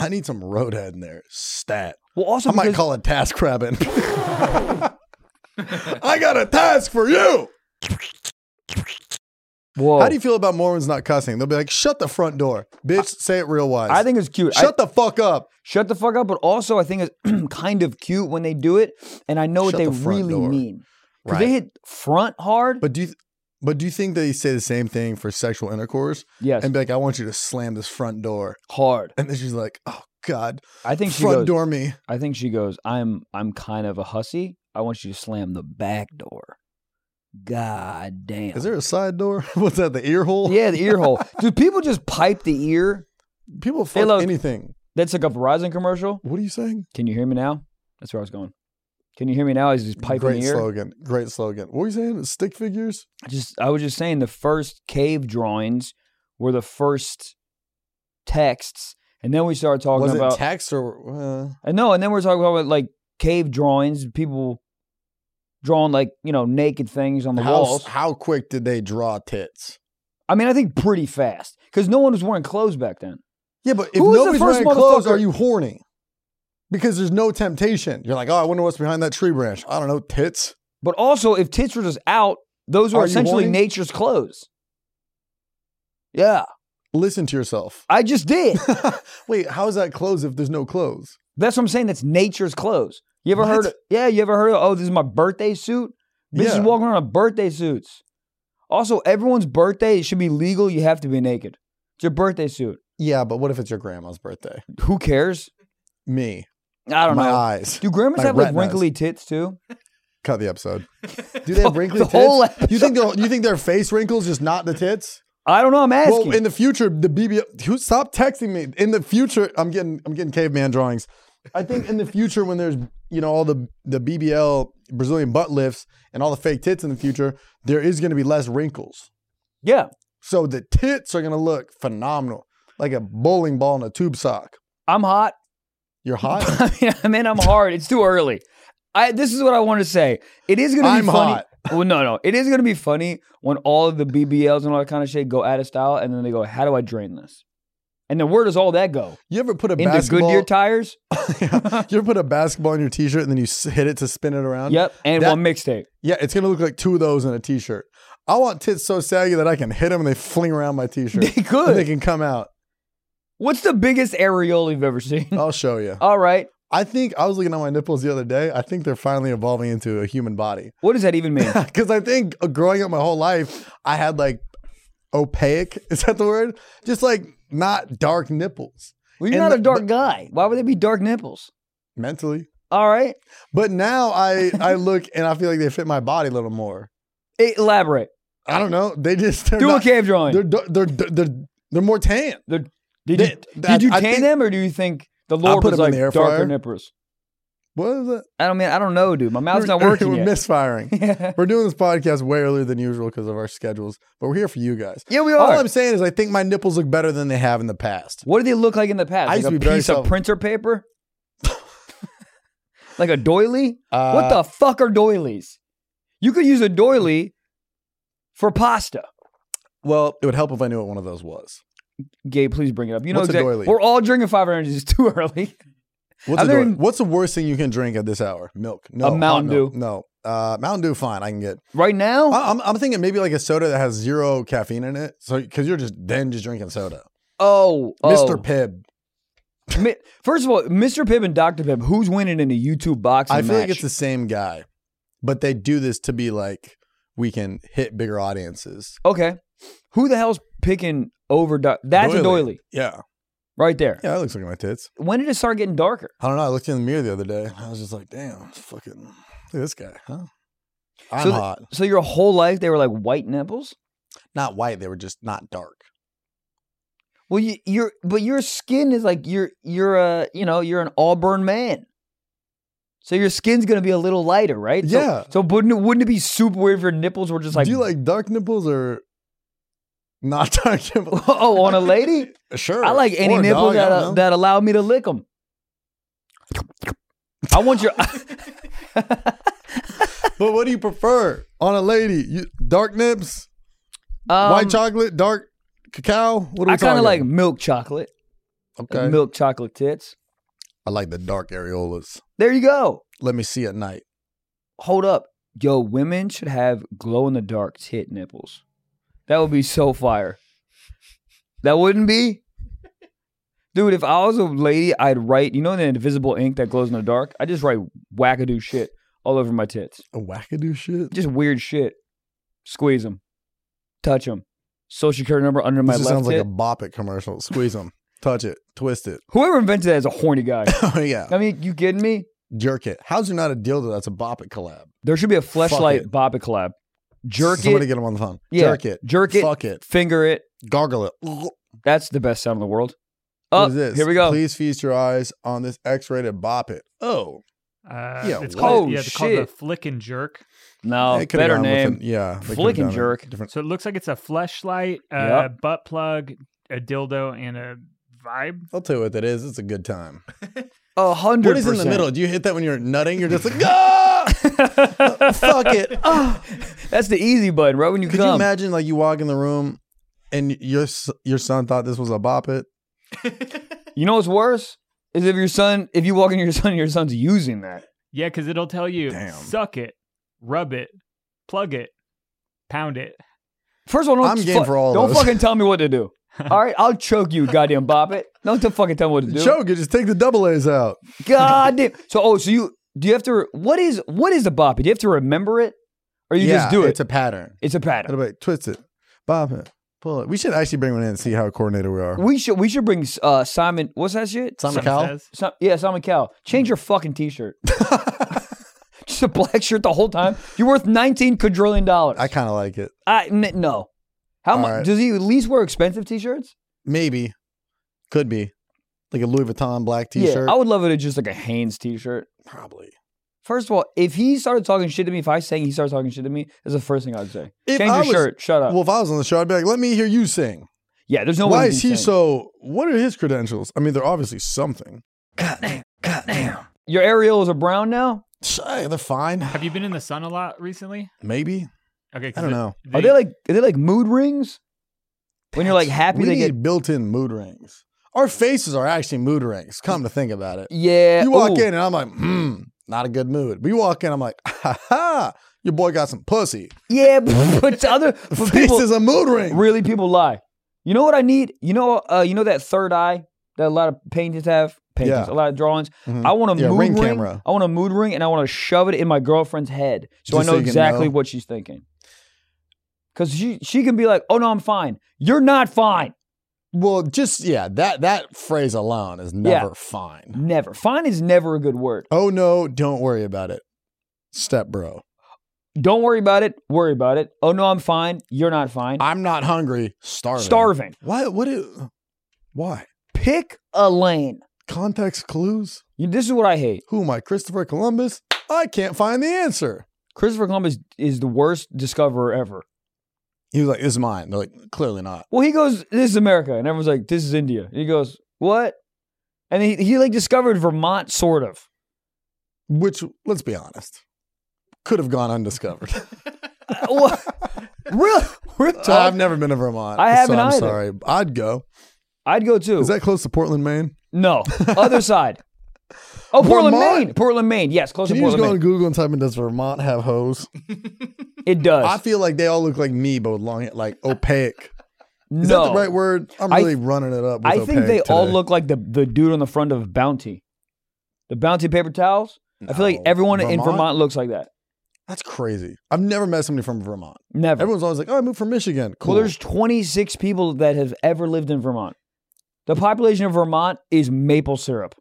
I need some roadhead in there. Stat. Well, also I might because- call it task rabbit. I got a task for you. Whoa. How do you feel about Mormons not cussing? They'll be like, "Shut the front door, bitch." say it real wise. I think it's cute. I- Shut the fuck up. shut the fuck up. But also, I think it's kind of cute when they do it, and I know Shut what they the front really door. mean because they hit front hard. But do you, but do you think they say the same thing for sexual intercourse yes, and be like, "I want you to slam this front door," hard. and then she's like, "Oh God, I think she front goes. door me." I think she goes. I'm I'm kind of a hussy. I want you to slam the back door. God damn. Is there a side door? What's that? The ear hole? yeah, the ear hole. Do people just pipe the ear? People fuck look- anything. That's like a Verizon commercial. What are you saying? Can you hear me now? That's where I was going. Can you hear me now? Is just piping Great the ear? slogan. Great slogan. What are you saying? Stick figures? just I was just saying the first cave drawings were the first texts, and then we started talking Was about it text or? Uh, and no, and then we're talking about like cave drawings, people drawing like you know naked things on the how, walls. how quick did they draw tits? I mean, I think pretty fast because no one was wearing clothes back then. Yeah, but if Who was the nobody's first wearing clothes, motherfucker- are you horny? Because there's no temptation. You're like, oh, I wonder what's behind that tree branch. I don't know, tits. But also, if tits were just out, those were Are you essentially horny? nature's clothes. Yeah, Listen to yourself. I just did. Wait, how is that clothes if there's no clothes? That's what I'm saying. That's nature's clothes. You ever What? heard? Yeah, you ever heard? Of, oh, this is my birthday suit. Bitches Yeah. walking around in birthday suits. Also, everyone's birthday it should be legal. You have to be naked. It's your birthday suit. Yeah, but what if it's your grandma's birthday? Who cares? Me, I don't my know. eyes. Do grandmas my have like retinas. wrinkly tits too? Cut the episode. Do they have wrinkly the tits? whole- you think they'll- you think their face wrinkles just not the tits? I don't know. I'm asking. Well, in the future, the BB. Who, stop texting me. In the future, I'm getting I'm getting caveman drawings. I think in the future, when there's you know all the the BBL Brazilian butt lifts and all the fake tits in the future, there is going to be less wrinkles. yeah, So the tits are going to look phenomenal, like a bowling ball in a tube sock. I'm hot. You're hot. I mean, I mean, I'm hard. It's too early. I this is what I want to say. It is gonna be I'm funny. hot. Well, no, no. It is gonna be funny when all of the BBLs and all that kind of shit go out of style, and then they go, "How do I drain this?" And then where does all that go? You ever put a Into basketball? Goodyear tires? you ever put a basketball in your t-shirt and then you s- hit it to spin it around? Yep, and That- one mixtape. Yeah, it's gonna look like two of those in a t-shirt. I want tits so saggy that I can hit them and they fling around my t-shirt. They could. And they can come out. What's the biggest areola you've ever seen? I'll show you. all right, I think I was looking at my nipples the other day. I think they're finally evolving into a human body. what does that even mean? Because I think uh, growing up my whole life, I had like opaque, is that the word? Just like not dark nipples Well, you're And not the- a dark guy. Why would they be dark nipples? mentally. All right, But now I, I look and I feel like they fit my body a little more. elaborate. I don't know. They just, they're, Do not, a cave drawing. they're, dar- they're, they're, they're, they're more tan. The- did They- you, that- did you I tan think- them, or do you think the I Lord put was them in like the air darker fryer. nippers? What is that? I don't mean I don't know, dude. My mouth's not We're- working We're yet. misfiring. We're doing this podcast way earlier than usual because of our schedules, but we're here for you guys. yeah, we All are. I'm saying is I think my nipples look better than they have in the past. What did they look like in the past? I Like used a to be very piece self- of printer paper, like a doily. Uh, what the fuck are doilies? You could use a doily for pasta. Well, it would help if I knew what one of those was. Gabe, please bring it up. You know What's a exact- doily? We're all drinking 500 energies too early. What's, I've the, never door- even- what's the worst thing you can drink at this hour? Milk. No. A hot Mountain milk. Dew. No. Uh, Mountain Dew, fine. I can get. Right now, I, I'm, I'm thinking maybe like a soda that has zero caffeine in it. So, because you're just then just drinking soda. oh, oh. Mr. Pibb. Mi- First of all, Mr. Pibb and Dr. Pibb, who's winning in a YouTube boxing I feel like match? it's the same guy, but they do this to be like, we can hit bigger audiences. okay. Who the hell's picking over? Do- That's a Doily. doily Yeah. right there. Yeah, that looks like my tits. When did it start getting darker? I don't know. I looked in the mirror the other day. I was just like, damn, it's fucking, look at this guy, huh? I'm So th- hot. So your whole life they were like white nipples. Not white. They were just not dark. Well, you, you're but your skin is like you're you're a you know you're an Auburn man, so your skin's gonna be a little lighter, right? So- Yeah. So, wouldn't it, wouldn't it be super weird if your nipples were just like do you like dark nipples or not dark nipples? oh on a lady? sure. I like any Or a nipple dog, I that don't uh, know. that allow me to lick them. I want your um, But what do you prefer on a lady? You, dark nips, um, white chocolate, dark cacao. What are we I kind talking? of like milk chocolate. and Okay. milk chocolate tits. I like the dark areolas. There you go. Let me see at night. Hold up. Yo, women should have glow in the dark tit nipples. That would be so fire. That wouldn't be? Dude, if I was a lady, I'd write, you know, the invisible ink that glows in the dark? I just write wackadoo shit all over my tits. A wackadoo shit. Just weird shit. Squeeze them. Touch them. Social security number under my this just left sounds like tit. a Bop It commercial. Squeeze them, touch it, twist it. Whoever invented that is a horny guy. oh yeah, I mean, you kidding me? jerk it. How's there not a dildo that's a Bop It collab? There should be a fleshlight it. Bobby collab. Jerk Somebody it, get him on the phone. Yeah. Jerk it. jerk it, Fuck it. finger it. Gargle it. That's the best sound in the world. What Oh, is this? here we go. Please feast your eyes on this X-rated Bop It. Oh, Uh, Yeah, it's what? called, Oh, yeah, it's called the shit. flick and jerk. No, They could've better gone with name. an- yeah, they could've Flick and done a jerk. Different. So it looks like it's a fleshlight, uh, Yep. butt plug, a dildo, and a vibe. I'll tell you what that is. It's a good time. A hundred. What is in the percent. middle? Do you hit that when you're nutting? You're just like, ah, fuck it. Ah. That's the easy button, right when you Could you come. imagine like you walk in the room and your s- your son thought this was a bop it? you know what's worse is if your son, if you walk into your son, and your son's using that. Yeah, because it'll tell you Damn. suck it, rub it, plug it, pound it. First of all, don't I'm game for all Don't those. fucking tell me what to do. All right, I'll choke you, goddamn bop it. Don't t- fucking tell me what to do. Choke it. Just take the double A's out. God damn. So oh, so you do you have to re- what is what is the bop? Do you have to remember it? Or you just Yeah, do it? It's a pattern. it's a It'll pattern. be like, twist it, bop it, pull it. We should actually bring one in and see how coordinated we are. We should we should bring uh Simon what's that shit? Simon Some Cowell? says. Si- yeah, Simon Cowell. Change your fucking t shirt. just a black shirt the whole time. You're worth nineteen quadrillion dollars. I kind of like it. I n- no. How All much right. does he at least wear expensive t shirts? Maybe, could be, like a Louis Vuitton black T-shirt. Yeah. I would love it if just like a Hanes t shirt. Probably. First of all, if he started talking shit to me, if I sang he started talking shit to me, that's the first thing I'd say. If Change I your was- shirt, shut up. Well, if I was on the show, I'd be like, let me hear you sing. yeah, there's no way Why we is can he sing. so? What are his credentials? I mean, they're obviously something. Your areolas are brown now? Sh- eh, They're fine. Have you been in the sun a lot recently? Maybe. Okay, I 'cause don't it- know. Are they like are they like mood rings? When you're like happy We they need get built-in mood rings. Our faces are actually mood rings. Come to think about it, Yeah. you walk ooh. in and I'm like, hmm, not a good mood. But you walk in, I'm like, ha ha, your boy got some pussy. Yeah, but to other but Face people is a mood ring. really people lie. You know what I need? You know uh you know that third eye that a lot of paintings have? Paintings, Yeah. a lot of drawings. Mhm. I want a Yeah, mood ring ring. camera. I want a mood ring and I want to shove it in my girlfriend's head so Just I so know you can exactly know. what she's thinking. Cause she she can be like, oh no, I'm fine. You're not fine. Well, just yeah, that that phrase alone is never fine. Never. Fine is never a good word. Oh no, don't worry about it. Step bro. Don't worry about it. Worry about it. Oh no, I'm fine. You're not fine. I'm not hungry. Starving. Starving. Why what do- why? Pick a lane. Context clues? You- This is what I hate. Who am I? Christopher Columbus? I can't find the answer. Christopher Columbus is the worst discoverer ever. He was like, This is mine. They're like, clearly not. Well, he goes, "This is America," and everyone's like, "This is India." He goes, "What?" And he, he like discovered Vermont, sort of. Which, let's be honest, could have gone undiscovered. Uh, what? Real, real I've talk. never been to Vermont. I haven't so I'm either. sorry. I'd go. I'd go too. Is that close to Portland, Maine? no, other side. Oh, Portland, Vermont? Maine. Portland, Maine. Yes, close Can to you just Portland, go on Maine. Google and type in does Vermont have hose? It does. I feel like they all look like me, but with long, like opaque. no. Is that the right word? I'm I- really running it up. With I think opaque they all today. look like the, the dude on the front of Bounty. The Bounty paper towels. I feel like No. everyone in Vermont looks like that. That's crazy. I've never met somebody from Vermont. Never. Everyone's always like, "Oh, I moved from Michigan." Cool. Well, there's 26 people that have ever lived in Vermont. The population of Vermont is maple syrup.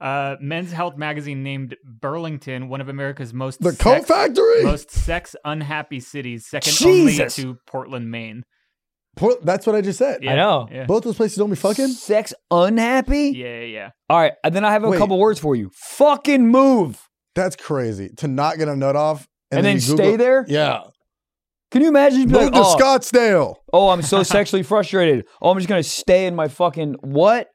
Uh, Men's Health magazine named Burlington one of America's most the coat sex, factory. most sex unhappy cities, second Jesus. only to Portland, Maine. Por- That's what I just said. Yeah, know. Yeah, Both those places don't be fucking. Sex unhappy? yeah, yeah. yeah. All right, and then I have a Wait. couple words for you. Fucking move. That's crazy to not get a nut off And, then, you stay Google- there? Yeah, Can you imagine? You'd be move like, to oh, Scottsdale. oh, I'm so sexually frustrated. Oh, I'm just going to stay in my fucking what?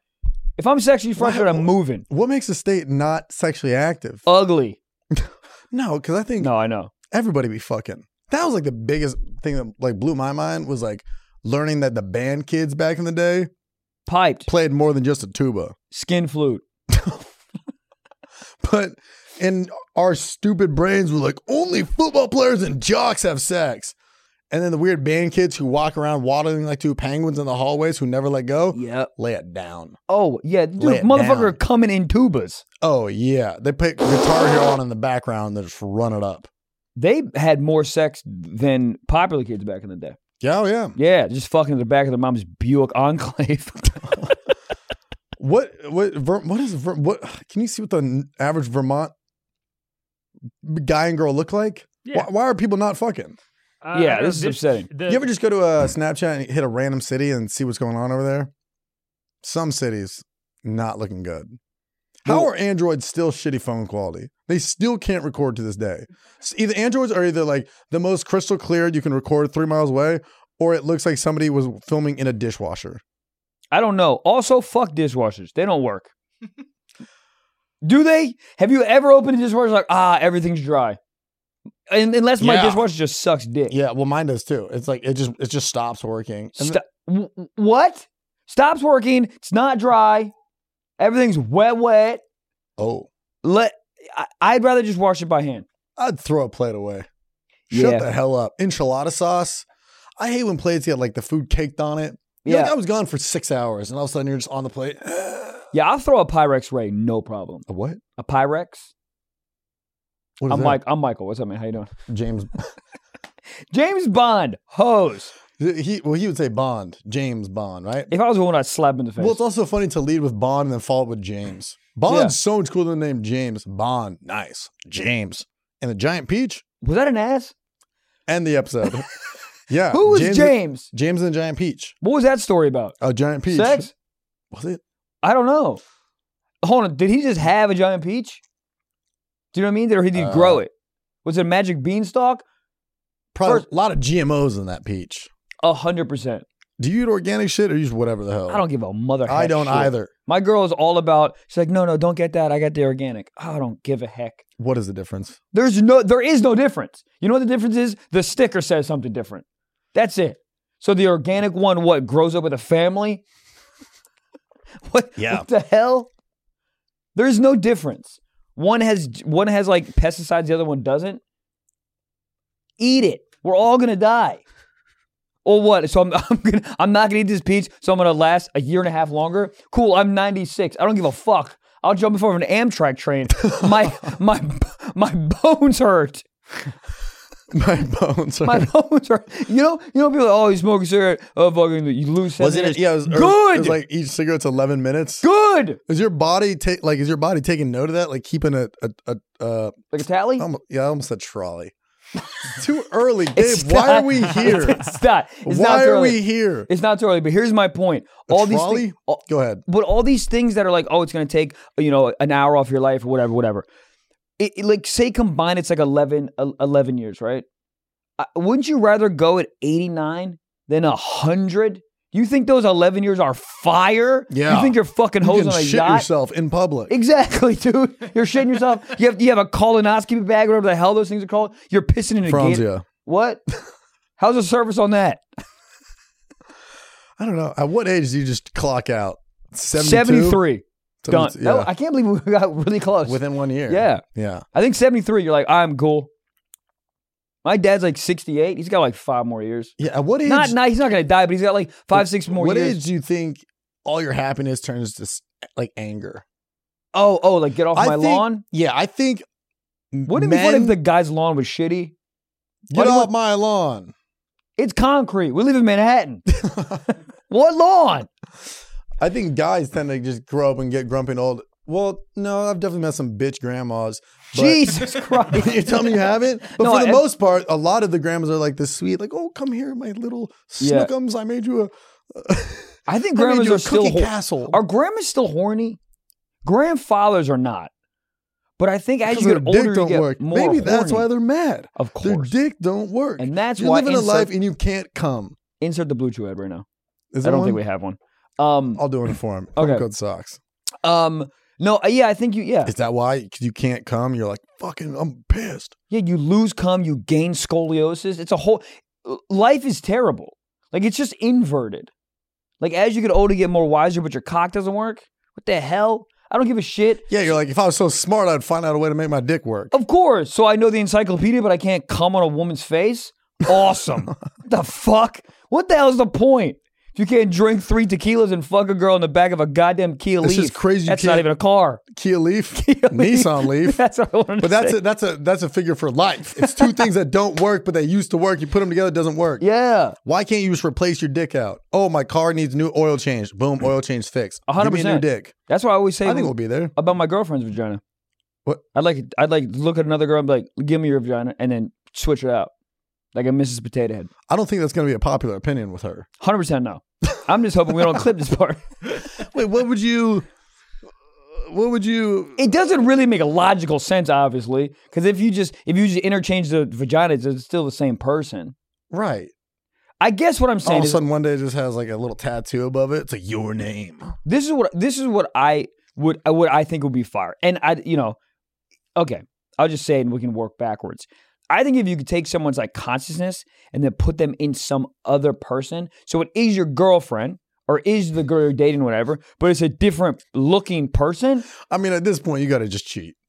If I'm sexually frustrated, I'm moving. What makes a state not sexually active? Ugly. no, because I think No, I know. everybody be fucking. That was like the biggest thing that like blew my mind was like learning that the band kids back in the day Piped. played more than just a tuba. Skin flute. But and our stupid brains were like, only football players and jocks have sex. And then the weird band kids who walk around waddling like two penguins in the hallways who never let go, Yep. lay it down. Oh, yeah. Lay Dude, it motherfucker down. coming in tubas. Oh yeah, they put Guitar Hero on in the background. They just run it up. They had more sex than popular kids back in the day. Yeah, oh, yeah. Yeah, just fucking in the back of their mom's Buick Enclave. What what Ver- what is Ver- what? Can you see what the n- average Vermont guy and girl look like? Yeah. Why, why are people not fucking? Uh, I yeah, don't- this is upsetting. the- you ever just go to a Snapchat and hit a random city and see what's going on over there? Some cities not looking good. How Well- are Androids still shitty phone quality? They still can't record to this day. S- Either Androids are either like the most crystal clear you can record three miles away, or it looks like somebody was filming in a dishwasher. I don't know. Also, fuck dishwashers. They don't work. Do they? Have you ever opened a dishwasher like, ah, everything's dry? And, unless my Yeah. dishwasher just sucks dick. Yeah, well, mine does too. It's like it just it just stops working. And Sto- w- w- what? Stops working. It's not dry. Everything's wet, wet. oh, Let. I- I'd rather just wash it by hand. I'd throw a plate away. Yeah. Shut the hell up. Enchilada sauce. I hate when plates get like the food caked on it. You're Yeah. Like, I was gone for six hours and all of a sudden you're just on the plate. Yeah, I'll throw a Pyrex ray, no problem. A what? A Pyrex. What is I'm that? Mike. I'm Michael. What's up, man? How you doing? James. James Bond hose. he well, he would say Bond, James Bond, right? If I was the one, I'd slap him in the face. Well, it's also funny to lead with Bond and then follow up with James. Bond's Yeah. so much cooler than the name James. Bond, nice. James and the giant peach was that an ass? and the episode. yeah. Who was James? James and the giant peach. What was that story about? A giant peach. Sex? Was it? I don't know. Hold on. Did he just have a giant peach? Do you know what I mean? Or he did he grow it? Was it a magic beanstalk? Probably First- a lot of GMOs in that peach. A hundred percent. Do you eat organic shit or you just whatever the hell? I don't give a mother. I heck don't shit. either. My girl is all about. She's like, no, no, don't get that. I got the organic. I don't give a heck. What is the difference? There's no, there is no difference. You know what the difference is? The sticker says something different. That's it. So the organic one, what grows up with a family? what? Yeah. What the hell? There is no difference. One has one has like pesticides, the other one doesn't. Eat it. We're all gonna die. Or what? So I'm I'm, gonna, I'm not gonna eat this peach. So I'm gonna last a year and a half longer. Cool. I'm 96. I don't give a fuck. I'll jump in front of an Amtrak train. My my my bones hurt. My bones are. My bones hurt. You know you know people. Are, like, oh, you smoke a cigarette. Oh, fucking you lose. seven was it? inches." Yeah, it was, or Good. It was like each cigarette's eleven minutes. Good. Is your body take like? Is your body taking note of that? Like keeping a a, a uh, Like a tally. almost, yeah, I almost said trolley. It's too early, Gabe. It's Why not- are we here? It's not. It's not Why too are early. we here? It's not too early. But here's my point. A all these trolley? things. all- Go ahead. but all these things that are like, oh, it's going to take you know an hour off your life or whatever, whatever. It, it, like say combined, it's like 11, el- 11 years, right? I, wouldn't you rather go at eighty nine than hundred? You think those eleven years are fire? Yeah. You think you're fucking You hosing can on a shit yacht? yourself in public. Exactly, dude. You're shitting yourself. You have you have a colonoscopy bag, whatever the hell those things are called. You're pissing in a gator. Franzia. What? How's the service on that? I don't know. At what age do you just clock out? 72? Seventy three. Done. 72, That- yeah. Oh, I can't believe we got really close. Within one year. Yeah. Yeah. I think 73, you're like, I'm cool. My dad's like 68. He's got like five more years. Yeah. At what age? Not, not he's not going to die, but he's got like five, six more what years. age do you think all your happiness turns to s- like anger? Oh, oh, like get off I my think- lawn? Yeah, I think. Wouldn't it be men, fun if the guy's lawn was shitty? get do you off want- my lawn? It's concrete. We live in Manhattan. what lawn? I think guys tend to just grow up and get grumpy and old. Well, no, I've definitely met some bitch grandmas. but- Jesus you Christ. tell me you haven't, but No, for the I- most part, a lot of the grandmas are like this sweet, like, "Oh, come here, my little Yeah. snookums. I made you a, I I think made grandmas you are a still cookie hor- castle." are grandmas still horny? Grandfathers are not. But I think as Because you their get older, dick you don't get work. more Maybe that's horny. why they're mad. Of Their course. dick don't work, And that's you're why living a insert- life and you can't come. Insert the Bluetooth ad right now. Is I there don't one? think we have one. Um, I'll do it for him. Okay. Code socks. Um, no, uh, yeah, I think you, yeah, Is that why? 'Cause you can't come. You're like fucking. I'm pissed. yeah, you lose cum, you gain scoliosis. It's a whole life is terrible. Like it's just inverted. Like as you get older, you get more wiser, but your cock doesn't work. What the hell? I don't give a shit. Yeah, you're like, if I was so smart, I'd find out a way to make my dick work. Of course. So I know the encyclopedia, but I can't come on a woman's face. Awesome. What the fuck? What the hell is the point? If you can't drink three tequilas and fuck a girl in the back of a goddamn Kia This Leaf, is crazy, you That's not can't- even a car. Kia Leaf, Leaf. Nissan Leaf. That's what I wanted But to that's say. a, that's a that's a figure for life. It's two things that don't work, but they used to work. You put them together, it doesn't work. Yeah, Why can't you just replace your dick out? Oh, my car needs new oil change. Boom, oil change fixed. Mm. A hundred Give me a new percent. dick. that's why I always say I think we'll be there. about my girlfriend's vagina. What? I'd like I'd like look at another girl and be like, "Give me your vagina," and then switch it out, like a Mrs. Potato Head. I don't think that's going to be a popular opinion with her. Hundred percent no. I'm just hoping we don't clip this part. Wait, what would you? What would you? It doesn't really make a logical sense, obviously, because if you just if you just interchange the vaginas, it's still the same person. Right. I guess what I'm All saying of a is sudden, one day, it just has like a little tattoo above it. It's like your name. this is what this is what I would uh, what I think would be fire. And I you know, okay, I'll just say it and we can work backwards. I think if you could take someone's like consciousness and then put them in some other person, so it is your girlfriend or is the girl you're dating, whatever, but it's a different looking person. I mean, at this point, you got to just cheat.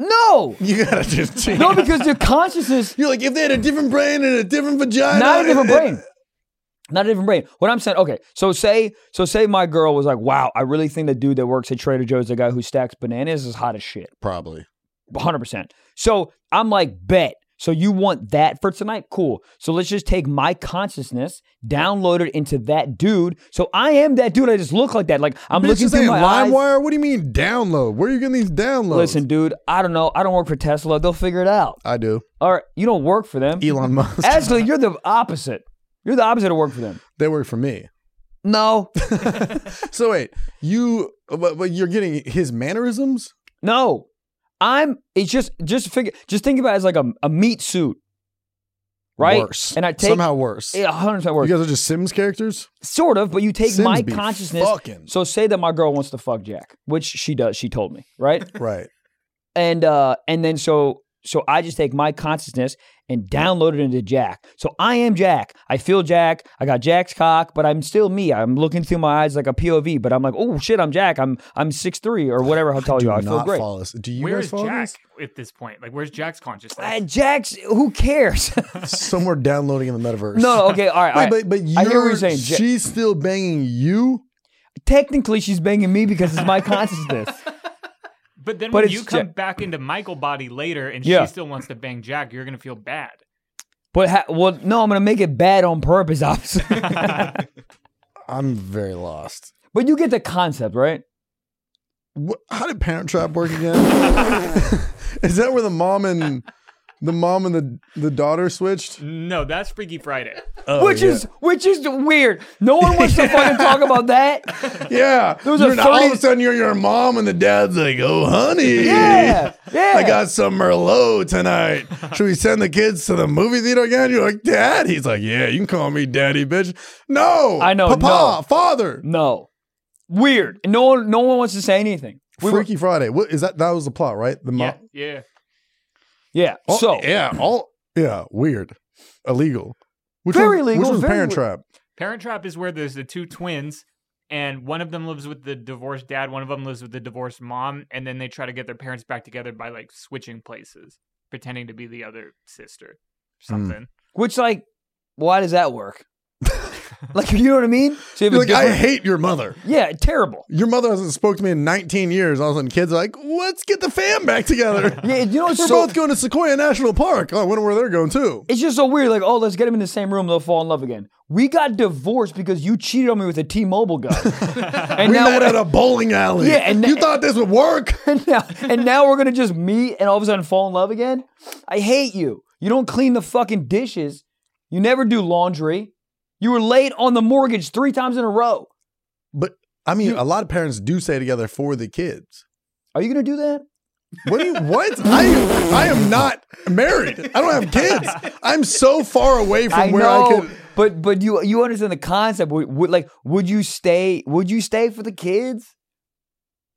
No, You got to just cheat. no, because their consciousness You're like, if they had a different brain and a different vagina, not a different and- brain. Not a different brain. What I'm saying, okay, so say, so say my girl was like, wow, I really think the dude that works at Trader Joe's, the guy who stacks bananas, is hot as shit. Probably. 100%. So I'm like, bet. So you want that for tonight? Cool. So let's just take my consciousness, download it into that dude. So I am that dude. I just look like that. Like I'm Bitch, looking this through ain't my eyes. LimeWire. What do you mean download? Where are you getting these downloads? Listen, dude, I don't know. I don't work for Tesla. They'll figure it out. I do. All right, you don't work for them. Elon Musk. Actually, you're the opposite. You're the opposite of work for them. they work for me. No, So wait, you but, but you're getting his mannerisms? no. I'm. It's just just figure. Just think about it as like a, a meat suit, right? Worse. And I take somehow worse. Yeah, 100% worse. You guys are just Sims characters? Sort of, but you take Sims my be consciousness. fucking. So say that my girl wants to fuck Jack, which she does. She told me, right? Right. and uh, and then so so I just take my consciousness and download it into Jack. So I am Jack. I feel Jack. I got Jack's cock, but I'm still me. I'm looking through my eyes like a POV, but I'm like, oh shit, I'm Jack. I'm I'm six three or whatever. How tall Do you are? Oh, I not feel great. follow this. Do you Where guys is follow Jack at this point? Like, where's Jack's consciousness? Uh, Jack's. Who cares? this? Somewhere downloading in the metaverse. no. Okay. All right. all Wait, but right. but I hear what you're you're saying. Ja- she's still banging you? Technically, she's banging me because it's my consciousness. but then but when it's you come Jack. back into Michael body later, and Yeah. she still wants to bang Jack, you're gonna feel bad. But ha- well, no, I'm gonna make it bad on purpose, obviously. I'm very lost. But you get the concept, right? What, how did Parent Trap work again? Is that where the mom and the mom and the the daughter switched? no, that's Freaky Friday. Oh, which is which is weird. No one wants to fucking talk about that. Yeah. was You're a not- all of a 30 sudden you're your mom and the dad's like, oh honey. Yeah, yeah. I got some Merlot tonight. Should we send the kids to the movie theater again? You're like, Dad. He's like, Yeah, you can call me daddy, bitch. No. I know, Papa, no. father. no, weird. No one, no one wants to say anything. We were- Freaky Friday. What is that that was the plot, right? The mom Uh-huh. Yeah, yeah. yeah. Oh, so yeah, all yeah, weird. Illegal. Which Very one, legal, Which one's very Parent weird. Trap? Parent Trap is where there's the two twins, and one of them lives with the divorced dad, one of them lives with the divorced mom, and then they try to get their parents back together by like switching places, pretending to be the other sister, or Mm. something. which like, why does that work? like, you know what I mean? So you have a You're like, I different- hate your mother. yeah, terrible. Your mother hasn't spoke to me in 19 years. All of a sudden, kids are like, let's get the fam back together. Yeah, you know, it's We're so, both going to Sequoia National Park. Oh, I wonder where they're going too. it's just so weird. Like, oh, let's get them in the same room; they'll fall in love again. We got divorced because you cheated on me with a T-Mobile guy, and we now met we're- at a bowling alley. Yeah, and- you thought this would work? and now and now we're gonna just meet and all of a sudden fall in love again. I hate you. You don't clean the fucking dishes. You never do laundry. You were late on the mortgage three times in a row. But I mean, a lot of parents do stay together for the kids. Are you gonna do that? What do you what? I I am not married. I don't have kids. I'm so far away from I where know, I could but but you you understand the concept? Would, would like would you stay? Would you stay for the kids?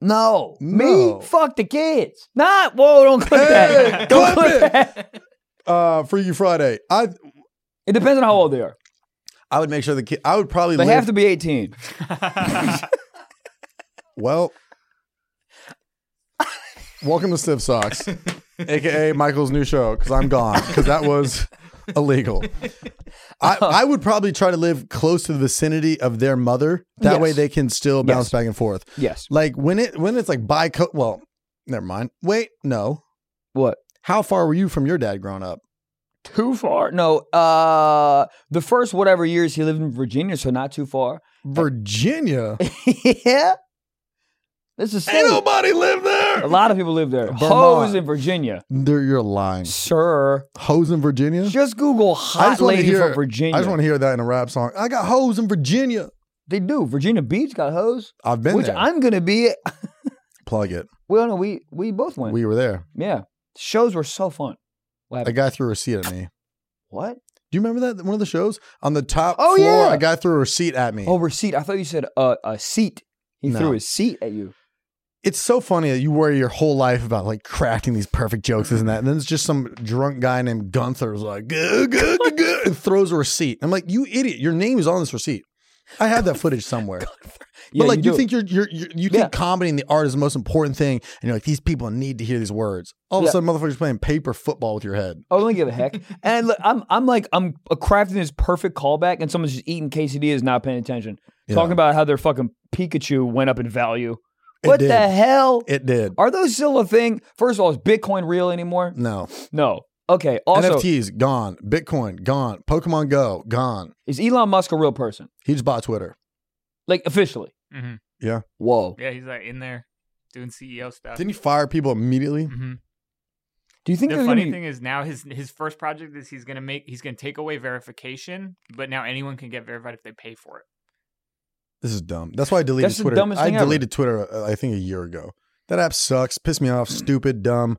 No, No. me fuck the kids. Not whoa! Don't click Hey, that. Don't clip click it. that. uh Freaky Friday. I It depends on how old they are. I would make sure the kid. I would probably They live. have to be 18. well, welcome to Stiff Socks, aka Michael's new show, because I'm gone because that was illegal. I, Uh-huh. I would probably try to live close to the vicinity of their mother. That way, Yes. they can still bounce Yes. back and forth. Yes. Like when it when it's like by co- well, never mind. Wait, no. What? How far were you from your dad growing up? Too far? No. Uh, the first whatever years he lived in Virginia, so not too far. Virginia. yeah. This is Ain't nobody live there. A lot of people live there. Vermont. Hoes in Virginia. There- you're lying. Sir. Hoes in Virginia. Just Google hot just wanna lady hear- from Virginia. I just want to hear that in a rap song. I got hoes in Virginia. they do. Virginia Beach got hoes, I've been which there. I'm gonna be. Plug it. Well, no, we we both went. We were there. yeah, shows were so fun. What? A happened? guy threw a receipt at me. what? Do you remember that one of the shows on the top Oh, floor? yeah. A guy threw a receipt at me. Oh, receipt. I thought you said uh, a seat. He No. threw his seat at you. It's so funny that you worry your whole life about like crafting these perfect jokes, isn't that? And then it's just some drunk guy named Gunther who's like, "Gah, gah, gah, gah," and throws a receipt. I'm like, you idiot! Your name is on this receipt. I have that footage somewhere. Yeah, but like, you, do. think you're, you're, you're you Yeah. think comedy and the art is the most important thing, and you're like, these people need to hear these words. All of Yeah. a sudden, motherfuckers playing paper football with your head. Oh, don't give a heck. And look, I'm I'm like I'm crafting this perfect callback, and someone's just eating quesadillas, not paying attention, Yeah. talking about how their fucking Pikachu went up in value. It What did. the hell? It did. Are those still a thing? First of all, is Bitcoin real anymore? No. No. Okay. Also, NFTs gone. Bitcoin gone. Pokemon Go gone. is Elon Musk a real person? He just bought Twitter. Like officially? hmm Whoa. Yeah, he's like in there doing CEO stuff. Didn't he fire people immediately? hmm Do you think The there's gonna funny be? thing is now his his first project is he's gonna make he's gonna take away verification, but now anyone can get verified if they pay for it. This is dumb. That's why I deleted That's the Twitter. dumbest thing I ever. deleted Twitter, uh, I think, a year ago. That app sucks. Pissed me off. Stupid. Dumb.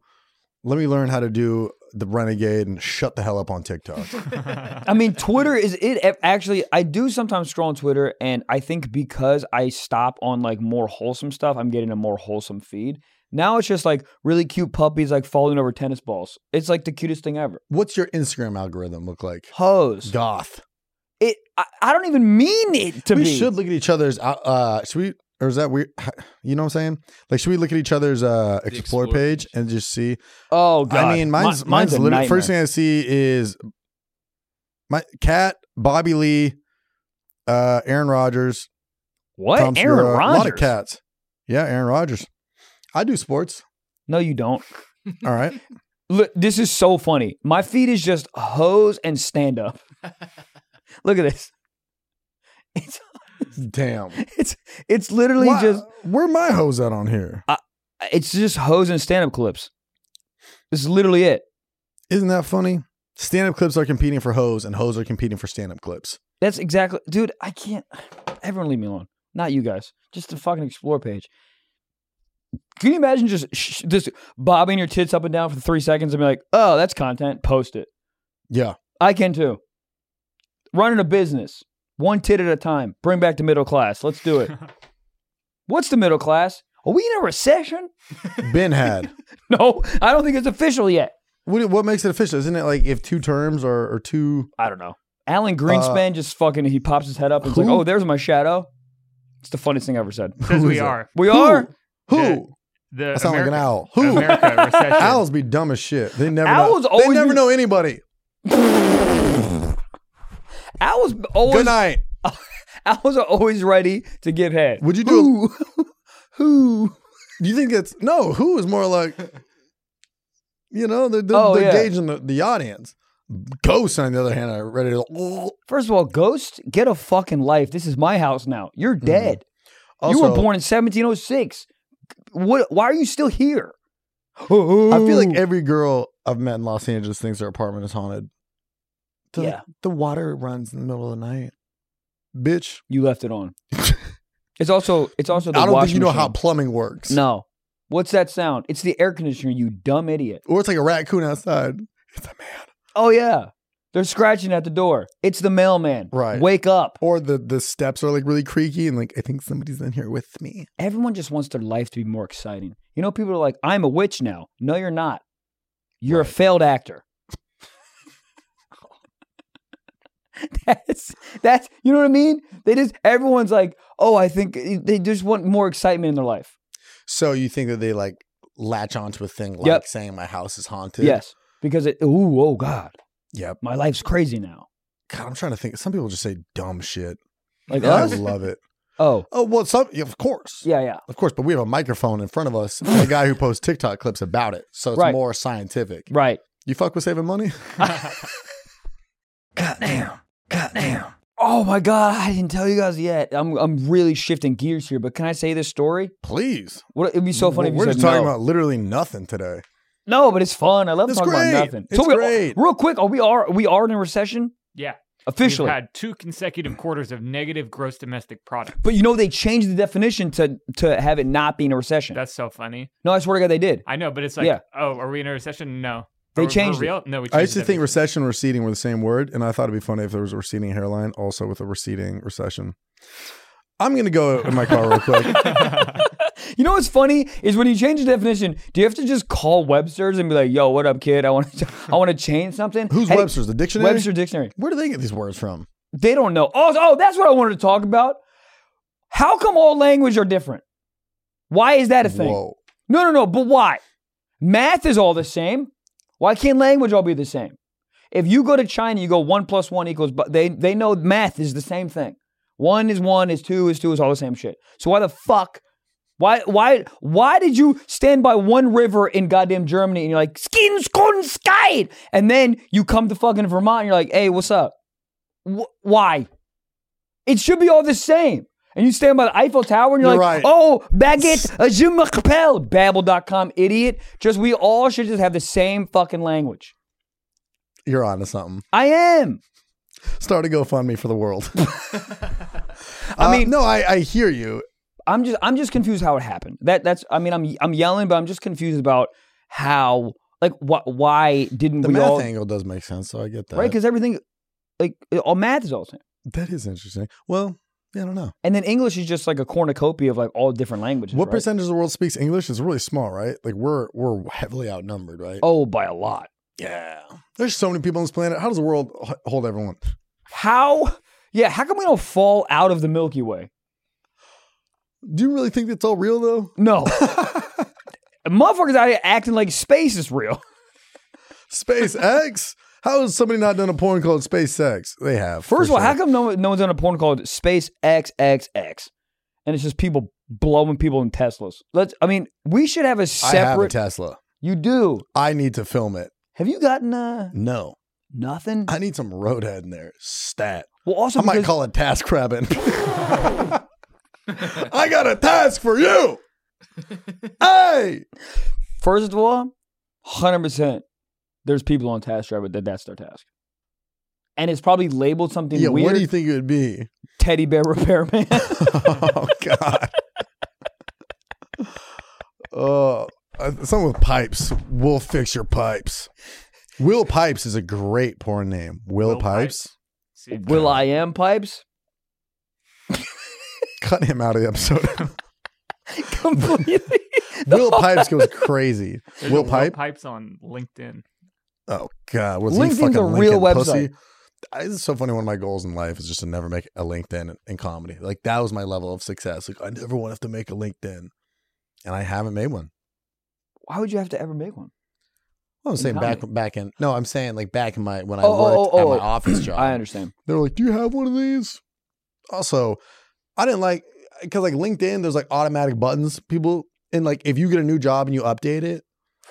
Let me learn how to do the renegade and shut the hell up on TikTok. I mean, Twitter is it actually? I do sometimes scroll on Twitter, and I think because I stop on like more wholesome stuff, I'm getting a more wholesome feed. Now it's just like really cute puppies like falling over tennis balls. It's like the cutest thing ever. What's your Instagram algorithm look like? Hoes. Goth. It. I, I don't even mean it to we be. should look at each other's. Uh, uh, should we? Or is that weird? You know what I'm saying? Like, should we look at each other's uh, explore, Explore page and just see? Oh god. I mean, Mi- mine's mine's, a literally first nightmare. thing I see is my cat, Bobby Lee, uh, Aaron Rodgers, What? Tom Aaron Segura, Rodgers. a lot of cats. Yeah, Aaron Rodgers. I do sports. No, you don't. All right, Look, this is so funny. My feed is just hose and stand up. Look at this. It's damn. it's it's literally Why- just where my hose at on here? it's just hose and stand up clips. This is literally it. Isn't that funny? Stand up clips are competing for hose, and hose are competing for stand up clips. That's exactly, dude. I can't. Everyone, leave me alone. Not you guys. Just the fucking explore page. Can you imagine just sh- just bobbing your tits up and down for three seconds and be like, "Oh, that's content. Post it." Yeah, I can too. Running a business, one tit at a time. Bring back the middle class. Let's do it. What's the middle class? Are we in a recession? Ben had. No, I don't think it's official yet. What, what makes it official? Isn't it like if two terms or, or two? I don't know. Alan Greenspan just fucking he pops his head up and is like, Uh, who? "Oh, there's my shadow." It's the funniest thing I ever said. Says Who we is it? are We are Who? Yeah. the I sound like an America- owl. Who? America recession. Owls be dumb as shit. They never Owls know. always They never be- know anybody. I was Good always night. I was always ready to give head. Would you do? Who? Do you think it's no? Who is more like? You know, they're, they're, Oh, they're yeah. gauging the, the audience. Ghosts, on the other hand, are ready to. Also, First of all, ghost, get a fucking life. This is my house now. You're Mm-hmm. dead. you were born in 1706. What? Why are you still here? I I feel feel like every girl I've met in Los Angeles thinks their apartment is haunted. The, Yeah. the water runs in the middle of the night. Bitch, you left it on. it's also it's also the I don't think washing you know how machine. plumbing works. No. What's that sound? It's the air conditioner, you dumb idiot. Or it's like a raccoon outside. It's a man. Oh yeah. They're scratching at the door. It's the mailman. Right. Wake up. Or the the steps are like really creaky and like I think somebody's in here with me. Everyone just wants their life to be more exciting. You know, people are like, I'm a witch now. No, you're not. You're a failed actor. That's that's you know what I mean. They just everyone's like, oh, I think they just want more excitement in their life. So you think that they like latch onto a thing like Yep. saying my house is haunted? Yes, because it. Ooh, oh God, Yep. my life's crazy now. God, I'm trying to think. Some people just say dumb shit. Like I us. love it. Oh, Oh well, some yeah, of course, yeah, yeah. of course. But we have a microphone in front of us. and a guy who posts TikTok clips about it, so it's Right. more scientific. Right. You fuck with saving money? God damn. God damn. Oh my God, I didn't tell you guys yet. I'm I'm really shifting gears here, but can I say this story? Please. What it'd be so funny We're if you just said talking no. about literally nothing today. no, but it's fun. I love It's talking great. about nothing. It's we- great. Real quick, are we are we are in a recession yeah. We've officially? had two consecutive quarters of negative gross domestic product. But you know they changed the definition to to have it not being a recession. That's so funny. no, I swear to God they did. I know, but it's like, Yeah. oh, are we in a recession? No. They Are we- we're changed it. real? No, we changed I used to it think every- recession and receding were the same word, and I thought it'd be funny if there was a receding hairline also with a receding recession. I'm gonna go in my car real quick. You know what's funny is when you change the definition, do you have to just call Webster's and be like, "Yo, what up, kid? I want to I want to change something." Who's Hey, Webster's? The dictionary? Webster Dictionary. Where do they get these words from? They don't know. Oh, oh, that's what I wanted to talk about. How come all language are different? Why is that a thing? Whoa. No, no, no. But why? Math is all the same. Why can't language all be the same? If you go to China, you go one plus one equals, but they they know math is the same thing. One is one is two is two is all the same shit. So why the fuck? Why why why did you stand by one river in goddamn Germany and you're like skin skun sky and then you come to fucking Vermont and you're like hey what's up? Wh- why? It should be all the same. And you stand by the Eiffel Tower and you're, You're right. like oh baguette uh, je m'appelle Babbel.com idiot. Just we all should just have the same fucking language. You're on to something. I am. Start a GoFundMe for the world. Uh, I mean- no, I, I hear you. I'm just I'm just confused how it happened. That that's I mean I'm I'm yelling, but I'm just confused about how like what why didn't The we math all angle does make sense, so I get that. right because everything like all math is all the same, that is interesting. Well, yeah, I don't know. and then English is just like a cornucopia of like all different languages. What right? percentage of the world speaks English is really small, right? Like we're we're heavily outnumbered, right? Oh, by a lot. Yeah. There's so many people on this planet. How does the world h- hold everyone? How? Yeah, how come we don't fall out of the Milky Way? Do you really think that's all real though? No, motherfuckers out here acting like space is real. SpaceX? How has somebody not done a porn called SpaceX? They have. for First of all, sure. how come no, no one's on a porn called Space XXX? And it's just people blowing people in Teslas. Let's. I mean, we should have a I have a separate. Tesla. you do. I need to film it. Have you gotten uh, No. nothing? I need some roadhead in there. Stat. Well, also I might because- call it task rabbit. I got a task for you. hey. first of all, hundred percent, there's people on Task Driver that that's their task, and it's probably labeled something Yeah, weird. what do you think it would be? Teddy bear repairman. oh god. Oh, uh, something with pipes. We'll fix your pipes. Will Pipes is a great porn name. Will, Will Pipes. Pipes. See, Will I am pipes? Cut him out of the episode. Completely. Will Pipes goes crazy. there's a Will Pipe. Pipes on LinkedIn. Oh god, what's LinkedIn's he fucking a real LinkedIn, Pussy? website. I- It's so funny. One of my goals in life is just to never make a LinkedIn in comedy. Like that was my level of success. Like I never want to have to make a LinkedIn, and I haven't made one. Why would you have to ever make one? Well, I'm saying back back in no, I'm saying like back in my when I Oh, oh, worked oh, oh. at my office job. I understand. They were like, "Do you have one of these?" Also, I didn't like because like LinkedIn, there's like automatic buttons. People and like if you get a new job and you update it,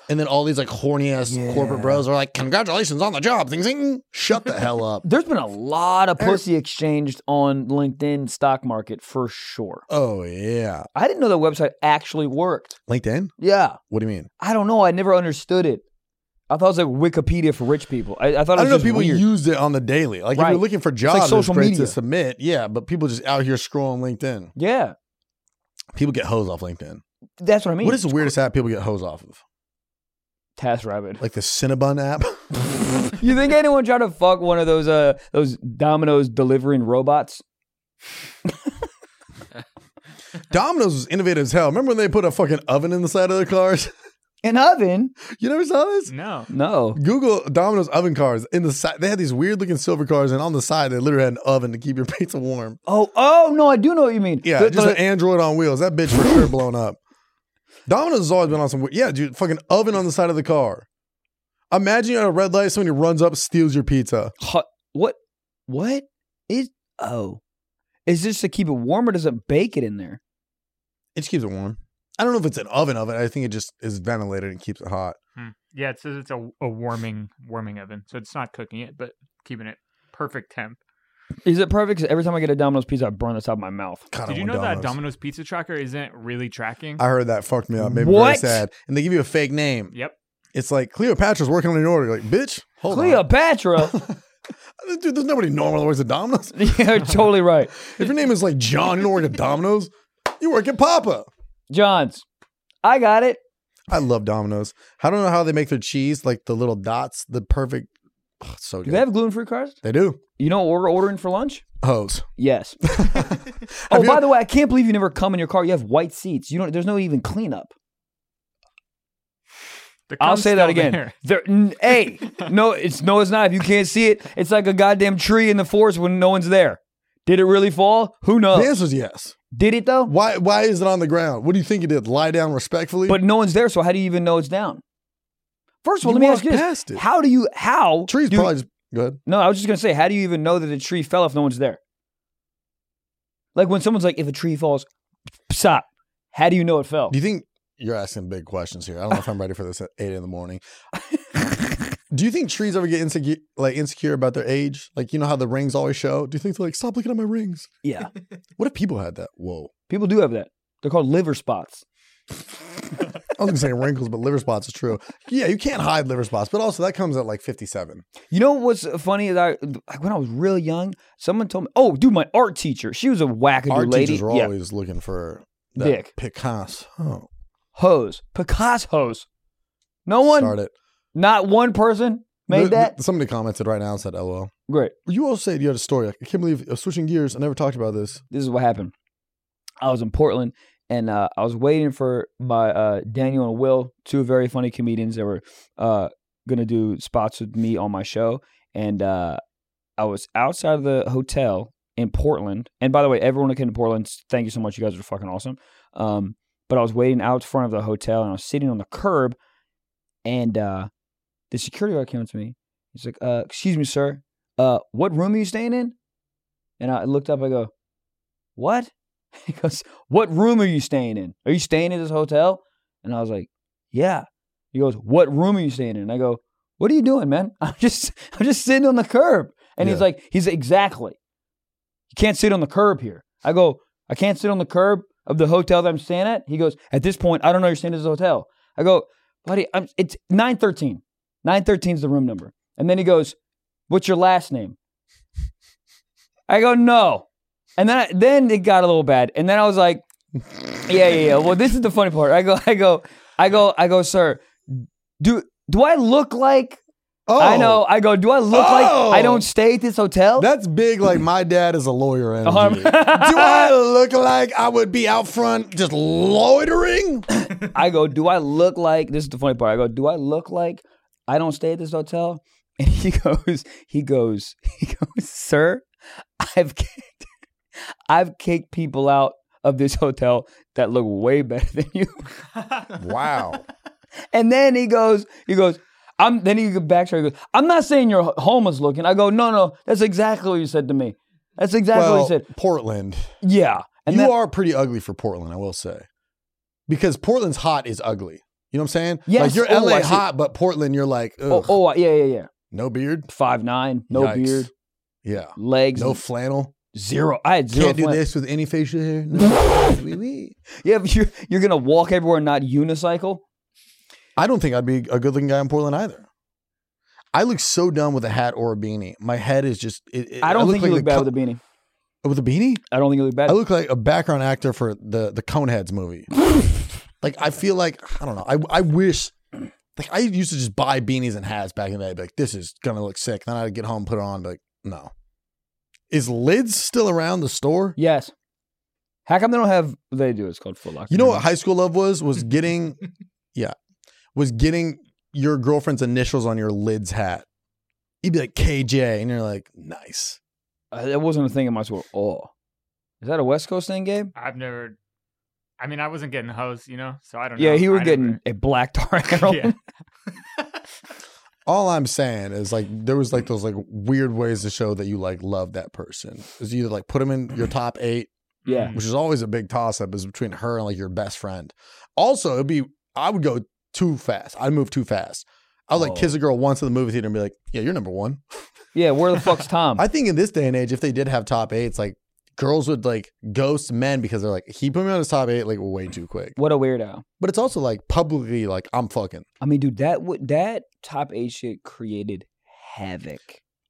and then all these like horny ass Yeah. corporate bros are like, "Congratulations on the job!" Things, zing. shut the hell up. There's been a lot of Eric- pussy exchanged on LinkedIn stock market for sure. Oh yeah, I didn't know that website actually worked. LinkedIn. Yeah. What do you mean? I don't know. I never understood it. I thought it was like Wikipedia for rich people. I, I thought I don't it was know. just if People weird. used it on the daily. Like if Right. you're looking for jobs, like it's social great media. to submit. Yeah, but people just out here scrolling LinkedIn. yeah, People get hosed off LinkedIn. that's what I mean. What is the weirdest app people get hosed off of? Task Rabbit? Like the Cinnabon app. you think anyone tried to fuck one of those uh those Domino's delivering robots? Domino's was innovative as hell. Remember when they put a fucking oven in the side of their cars? An oven? You never saw this? No. No. Google Domino's oven cars. In the side, they had these weird looking silver cars, and on the side, they literally had an oven to keep your pizza warm. Oh, oh no, I do know what you mean. Yeah, The- just the- an Android on wheels. That bitch for sure blown up. Domino's has always been on some. we- Yeah, dude, fucking oven on the side of the car. Imagine you're at a red light, somebody runs up, steals your pizza. hot, what? What is? Oh, is this to keep it warm or does it bake it in there? It just keeps it warm. I don't know if it's an oven oven. I think it just is ventilated and keeps it hot. Hmm. Yeah, it says it's a, a warming warming oven, so it's not cooking it, but keeping it perfect temp. Is it perfect? 'Cause every time I get a Domino's pizza, I burn the top of my mouth. God, I Did you know want that Domino's. Domino's pizza tracker isn't really tracking? I heard that fucked me up. Made me very What? sad. And they give you a fake name. yep. It's like Cleopatra's working on an order. You're like, bitch, hold on. Uh, Cleopatra. Dude, there's nobody normal that works at Domino's. You're totally right. If your name is like John, you don't work at Domino's. You work at Papa. John's. I got it. I love Domino's. I don't know how they make their cheese, like the little dots, the perfect. Oh, it's so Do good. they have gluten free cars? They do. You know what we're ordering for lunch? Hose. Yes. Have oh, you- by the way, I can't believe you never come in your car. You have white seats. You don't. There's no even cleanup. The I'll cum's say that still again. there. There, n- hey, no, it's no, it's not. If you can't see it, it's like a goddamn tree in the forest when no one's there. Did it really fall? Who knows? The answer is yes. Did it though? Why Why is it on the ground? What do you think it did? Lie down respectfully? But no one's there, so how do you even know it's down? First of all, You let me walked ask you this: past it. How do you how Trees do you- probably just. Go ahead. No, I was just gonna say, how do you even know that a tree fell if no one's there? Like when someone's like, if a tree falls, stop. How do you know it fell? Do you think you're asking big questions here? I don't know if I'm ready for this at eight in the morning. do you think trees ever get insecure, like insecure about their age? Like you know how the rings always show. Do you think they're like, stop looking at my rings? yeah, What if people had that? Whoa. people do have that. They're called liver spots. I was gonna say wrinkles, but liver spots is true. Yeah, you can't hide liver spots, but also that comes at like 57. You know what's funny is I like when I was real young, someone told me, "Oh, dude, my art teacher, she was a wackadoo Our lady." teachers were yeah, always looking for that Dick. Picasso. Oh, hose, Picasso hose. No one, start it. not one person made Th- th- that. Somebody commented right now and said, "LOL." Great. You all said you had a story. I can't believe uh, switching gears. I never talked about this. This is what happened. I was in Portland and uh, I was waiting for my uh, Daniel and Will, two very funny comedians that were uh, gonna do spots with me on my show, and uh, I was outside of the hotel in Portland. And by the way, everyone who came to Portland, thank you so much. You guys are fucking awesome. Um, but I was waiting out front of the hotel and I was sitting on the curb, and uh, the security guard came up to me. He's like, uh, "Excuse me, sir, uh, what room are you staying in?" And I looked up. I go, "What?" He goes, "What room are you staying in? Are you staying in this hotel?" And I was like, "Yeah." He goes, "What room are you staying in?" And I go, "What are you doing, man? I'm just I'm just sitting on the curb." And he's Yeah. like, "He's exactly. You can't sit on the curb here." I go, "I can't sit on the curb of the hotel that I'm staying at." He goes, "At this point, I don't know you're staying at this hotel." I go, "Buddy, I'm, it's 913. 913 is the room number." And then he goes, "What's your last name?" I go, "No." And then I, then it got a little bad. And then I was like, yeah, yeah, yeah. Well, this is the funny part. I go, I go, I go, I go, sir. Do do I look like Oh, I know? I go, do I look Oh. like I don't stay at this hotel? That's big. Like my dad is a lawyer. Um, Energy. Do I look like I would be out front just loitering? I go, do I look like this is the funny part. I go, do I look like I don't stay at this hotel? And he goes, he goes, he goes, sir, I've kicked, I've kicked people out of this hotel that look way better than you. Wow. And then he goes, he goes, I'm then he backtrack. He goes, I'm not saying you're homeless looking. I go, no, no, that's exactly what you said to me. That's exactly what well, you said. Portland. Yeah. And you then, are pretty ugly for Portland, I will say. Because Portland's hot is ugly. You know what I'm saying? Yes. Like you're Oh, I LA see. hot, but Portland, you're like, oh, ugh, oh, yeah, yeah, yeah. no beard. Five nine, no Yikes. beard, Yeah. legs, No flannel. zero. I had 0 Can't do flan- this with any facial hair. No. Wee wee. Yeah, but you're you're gonna walk everywhere and not unicycle. I don't think I'd be a good looking guy in Portland either. I look so dumb with a hat or a beanie. My head is just. It, it- I don't think like you look the bad co- with a beanie. with a beanie. I don't think you look bad. I look like a background actor for the the Coneheads movie. like I feel like I don't know. I I wish like I used to just buy beanies and hats back in the day. Be like this is gonna look sick. Then I'd get home, put it on. Be like no. Is lids still around the store? yes. How come they don't have? They do. It's called Foot Locker. You know what high school love was? Was getting yeah. was getting your girlfriend's initials on your lid's hat. You'd be like KJ, and you're like, nice. Uh, that wasn't a thing in my school at all. Is that a West Coast thing, Gabe? I've never. I mean, I wasn't getting hosed, you know, so I don't know. Yeah, he was I getting a black tar Never, arrow. yeah. All I'm saying is like there was like those like weird ways to show that you like love that person. Is either like put them in your top eight, Yeah. which is always a big toss up, is between her and like your best friend. Also, it'd be I would go too fast. I'd move too fast. I would like Oh. kiss a girl once in the movie theater and be like, "Yeah, you're number one." Yeah, where the fuck's Tom? I think in this day and age, if they did have top eights, like girls would like ghost men because they're like, he put me on his top eight like way too quick. what a weirdo. But it's also like publicly like I'm fucking. I mean, dude, that would that top eight shit created havoc.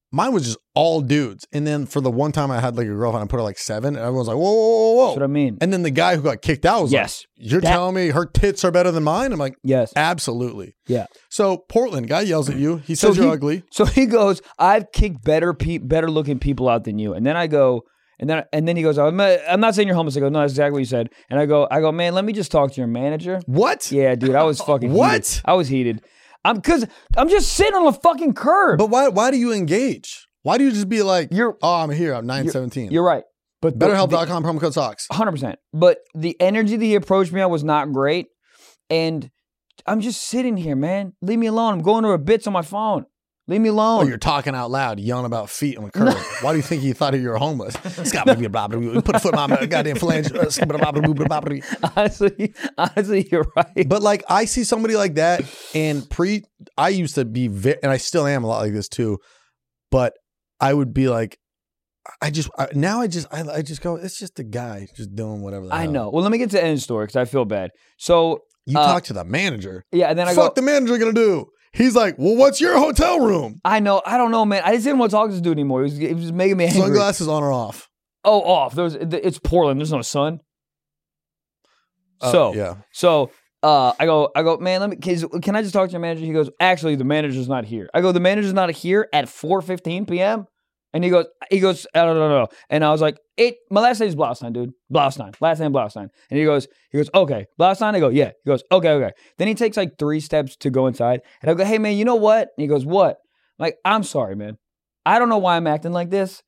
Mine was just all dudes. And then for the one time I had like a girlfriend, I put her like seven, and everyone's like, whoa, whoa, whoa, whoa. That's what I mean. Oh, and then the guy who got kicked out was yes, like, you're That- telling me her tits are better than mine? I'm like, yes. absolutely. Yeah. So Portland guy yells at you. He So says you're he- ugly. So he goes, "I've kicked better pe- better looking people out than you," and then I go. And then, and then he goes, I'm not, I'm not saying you're homeless. I go, no, that's exactly what you said. And I go, I go, man, let me just talk to your manager. What? Yeah, dude, I was fucking heated. What? I was heated. I'm cause I'm just sitting on the fucking curb. But why why do you engage? Why do you just be like, You're- oh, I'm here, I'm 917. You're right. But the- BetterHelp.com promo code socks. the- 100%. But the energy that he approached me at was not great. And I'm just sitting here, man. Leave me alone. I'm going to a bits on my phone. Leave me Oh, alone. you're talking out loud, yelling about feet on the curb. Why do you think he thought you were homeless? Scott, blah, blah, blah, blah, put a foot in my goddamn flange. uh, blah, blah, blah, blah, blah, blah. honestly, honestly, you're right. But like, I see somebody like that, and pre, I used to be, ve- and I still am a lot like this too. But I would be like, I just I, now I just I, I just go. It's just a guy just doing whatever. The I hell." know. Well, let me get to the end story because I feel bad. So You Uh, talk to the manager. yeah, and then I Fuck go. the manager gonna do. He's like, well, what's your hotel room? I know. I don't know, man. I just didn't want to talk to this dude anymore. It was, it was making me angry. Sunglasses on or off? Oh, off. There's. It's Portland. There's no sun. Uh, so yeah, So uh, I go, I go, man. Let me. Can, can I just talk to your manager? He goes, actually, the manager's not here. I go, the manager's not here at 4:15 p.m. And he goes, he goes, I don't know. And I was like, it. My last name's Blaustein, dude. Blaustein. Last name Blaustein. And he goes, he goes, okay, Blaustein. I go, yeah. He goes, okay, okay. Then he takes like three steps to go inside, and I go, hey man, you know what? And he goes, what? I'm like, I'm sorry, man. I don't know why I'm acting like this.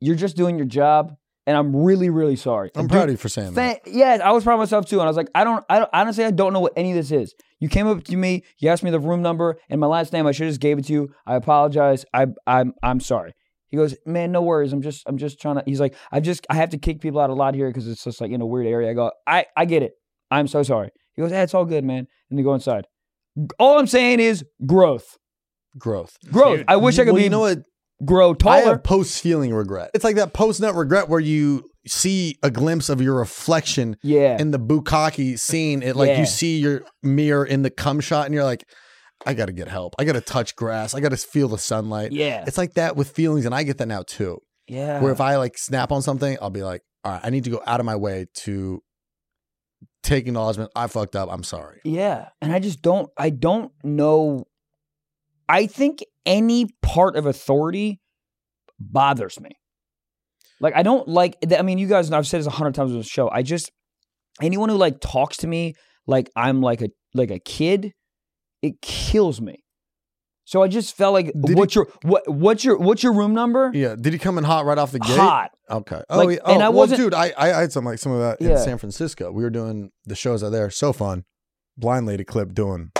You're just doing your job, and I'm really, really sorry. I'm And dude, proud of you for saying that. Thank, yes, I was proud of myself too, and I was like, I don't, I don't, honestly, I don't know what any of this is. You came up to me, you asked me the room number and my last name. I should have just gave it to you. I apologize. I, I'm, I'm sorry. He goes, man, no worries. I'm just, I'm just trying to. He's like, I just, I have to kick people out a lot here because it's just like in a weird area. I go, I, I get it. I'm so sorry. He goes, hey, it's all good, man. And they go inside. All I'm saying is growth, Growth. growth. Dude, I wish I could Well, be you know what? grow I taller. have post feeling regret. It's like that post nut regret where you see a glimpse of your reflection yeah, in the bukkake scene. It like Yeah. you see your mirror in the cum shot, and you're like, I gotta get help. I gotta touch grass. I gotta feel the sunlight. yeah, It's like that with feelings, and I get that now too. yeah. Where if I like snap on something, I'll be like, all right, I need to go out of my way to take acknowledgement. I fucked up. I'm sorry. Yeah, and I just don't I don't know I think any part of authority bothers me. Like I don't like I mean you guys know I've said this a hundred times on the show. I just anyone who like talks to me like I'm like a like a kid, it kills me. So I just felt like Did what's your what what's your what's your room number? Yeah. Did he come in hot right off the gate? Hot. Okay. Oh, Like, yeah. oh and I well, wasn't- dude, I, I had some like some of that in Yeah. San Francisco. We were doing the shows out there. So fun. Blind lady clip doing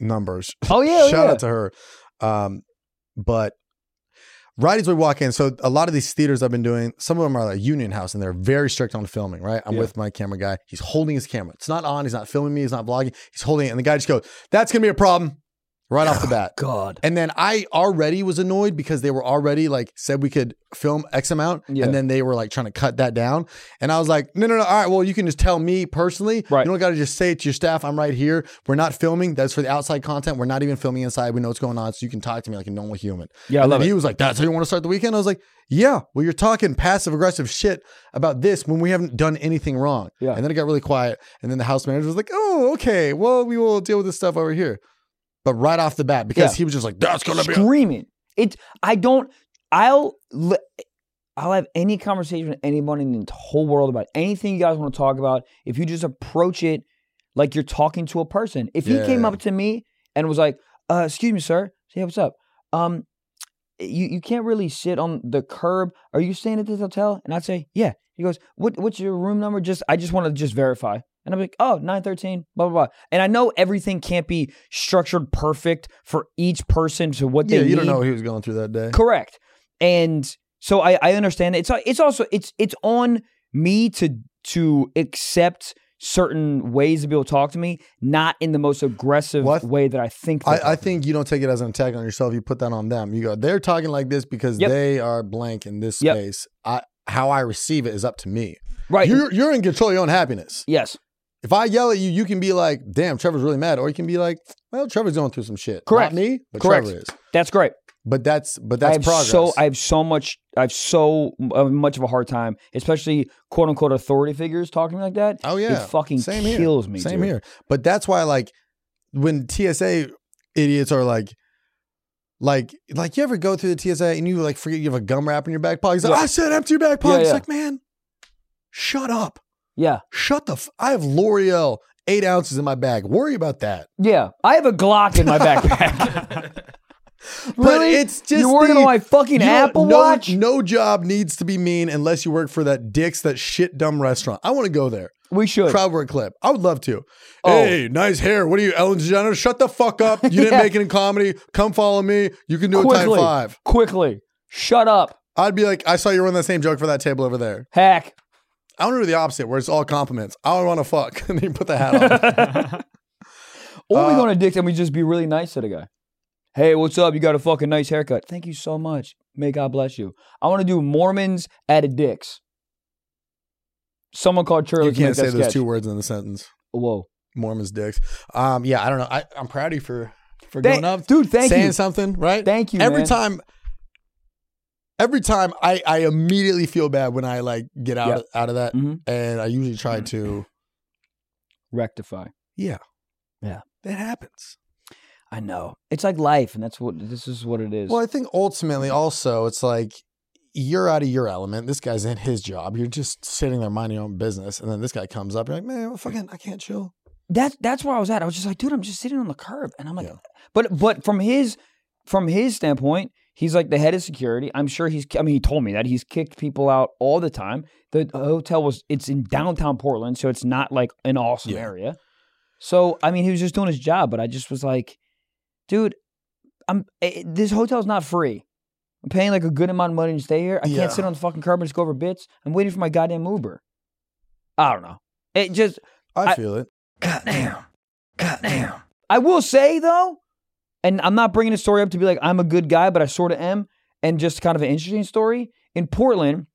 numbers. Oh yeah, Shout yeah. out to her. Um, but right as we walk in, so a lot of these theaters I've been doing, some of them are like Union House, and they're very strict on filming. Right, I'm Yeah. with my camera guy. He's holding his camera. It's not on. He's not filming me. He's not vlogging. He's holding it, and the guy just goes, "That's gonna be a problem." Right off the bat. God. And then I already was annoyed because they were already like said we could film X amount, Yeah. and then they were like trying to cut that down. And I was like, no, no, no. All right, well, you can just tell me personally. Right. You don't got to just say it to your staff. I'm right here. We're not filming. That's for the outside content. We're not even filming inside. We know what's going on, so you can talk to me like a normal human. Yeah, I and love then it. He was like, that's how you want to start the weekend. I was like, yeah. Well, you're talking passive aggressive shit about this when we haven't done anything wrong. Yeah. And then it got really quiet. And then the house manager was like, oh, okay. Well, we will deal with this stuff over here. But right off the bat, because Yeah. he was just like, that's gonna be a screaming. It. I don't. I'll. li- I'll have any conversation with anyone in the whole world about anything you guys want to talk about. If you just approach it like you're talking to a person. If he came Yeah. up to me and was like, uh, "Excuse me, sir. Hey, what's up? Um, you you can't really sit on the curb. Are you staying at this hotel?" And I'd say, "Yeah." He goes, "What what's your room number? Just I just want to just verify." And I'm like, "Oh, 913, blah blah blah." And I know everything can't be structured perfect for each person to what yeah, they you don't need. know what he was going through that day. Correct. And so I, I understand that it's it's also it's it's on me to to accept certain ways to be able to talk to me, not in the most aggressive Well, I th- way that I think. they're I, I talking. think you don't take it as an attack on yourself. You put that on them. You go, they're talking like this because Yep. they are blank in this Yep. space. I, how I receive it is up to me. right. You're, you're in control of your own happiness. yes, If I yell at you, you can be like, damn, Trevor's really mad. Or you can be like, well, Trevor's going through some shit. Correct. Not me, but Correct. Trevor is. that's great. But that's, but I that's have progress. so I have so much I have so uh, much of a hard time, especially quote unquote authority figures talking like that. oh, yeah. It fucking Same here. kills me. Same dude. here. But that's why, like, when TSA idiots are like, like, like you ever go through the TSA and you like forget you have a gum wrap in your back pocket? He's like, Yeah. I said empty your back pocket. Yeah, It's yeah. like, man, shut up. Yeah, Shut the. F- I have L'Oreal eight ounces in my bag. Worry about that. yeah. I have a Glock in my backpack. But Really? it's just You're working the- on my fucking you don't- Apple no, Watch. No job needs to be mean unless you work for that dicks that shit dumb restaurant. I want to go there. We should. Crowd work clip. I would love to. Oh. Hey, nice hair. What are you, Ellen DeGeneres? Shut the fuck up. You didn't Yeah. make it in comedy. Come follow me. You can do a time Quickly. five. quickly. Shut up, I'd be like, I saw you run that same joke for that table over there. hack. I want to do the opposite, where it's all compliments. I want to fuck, and then you put the hat on. Oh. Or we Uh, go on a dick and we just be really nice to the guy. Hey, what's up? You got a fucking nice haircut. Thank you so much. May God bless you. I want to do Mormons at a dicks. Someone called Charlie. you can't say that those sketch. two words in the sentence. Whoa, Mormons dicks. Um, yeah, I don't know. I, I'm proud of you for for Thank- going up, dude. Thank saying you. something, right? Thank you. every man. time every time I, I immediately feel bad when I like get out Yeah. Mm. out of that Mhm. and I usually try to Rectify. yeah. Yeah. That happens. I know. It's like life, and that's what this is. What it is. Well, I think ultimately also it's like you're out of your element. This guy's in his job. You're just sitting there minding your own business and then this guy comes up you're like, "Man, well, fucking I can't chill." that's that's where I was at. I was just like, dude, I'm just sitting on the curb, and I'm like, Yeah. but but from his from his standpoint, he's like the head of security. I'm sure he's. I mean, he told me that he's kicked people out all the time. The hotel was it's in downtown Portland, so it's not like an awesome Yeah. area. So I mean, he was just doing his job, but I just was like, dude, I'm eh, this hotel's not free. I'm paying like a good amount of money to stay here. I Yeah. can't sit on the fucking curb and just go over bits. I'm waiting for my goddamn Uber. I don't know. It just I, I- feel it. God damn. God damn. I will say though, and I'm not bringing a story up to be like I'm a good guy, but I sort of am, and just kind of an interesting story. In Portland,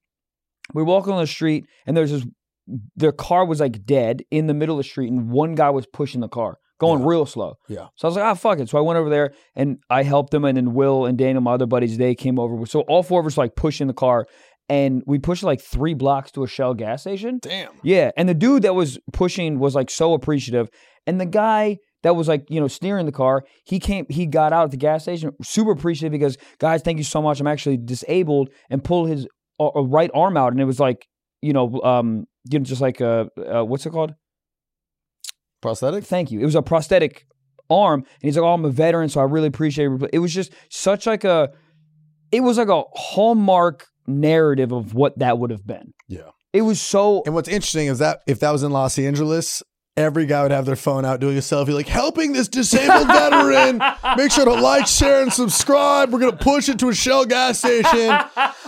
we walk on the street, and there's this. Their car was like dead in the middle of the street, and one guy was pushing the car, going Yeah. real slow. Yeah. So I was like, ah, fuck it. So I went over there and I helped them, and then Will and Daniel, my other buddies, they came over. So all four of us like pushing the car, and we pushed like three blocks to a Shell gas station. Damn. Yeah, and the dude that was pushing was like so appreciative, and the guy that was like you know steering the car, he came, he got out at the gas station, super appreciative because guys, thank you so much. I'm actually disabled, and pulled his uh, uh, right arm out, and it was like you know, um, you know, just like uh, uh what's it called? Prosthetic? Thank you. It was a prosthetic arm, and he's like, oh, I'm a veteran, so I really appreciate it. But It was just such like a, it was like a hallmark narrative of what that would have been. Yeah. It was so And what's interesting is that if that was in Los Angeles, every guy would have their phone out doing a selfie, like helping this disabled veteran. Make sure to like, share, and subscribe. We're gonna push it to a Shell gas station.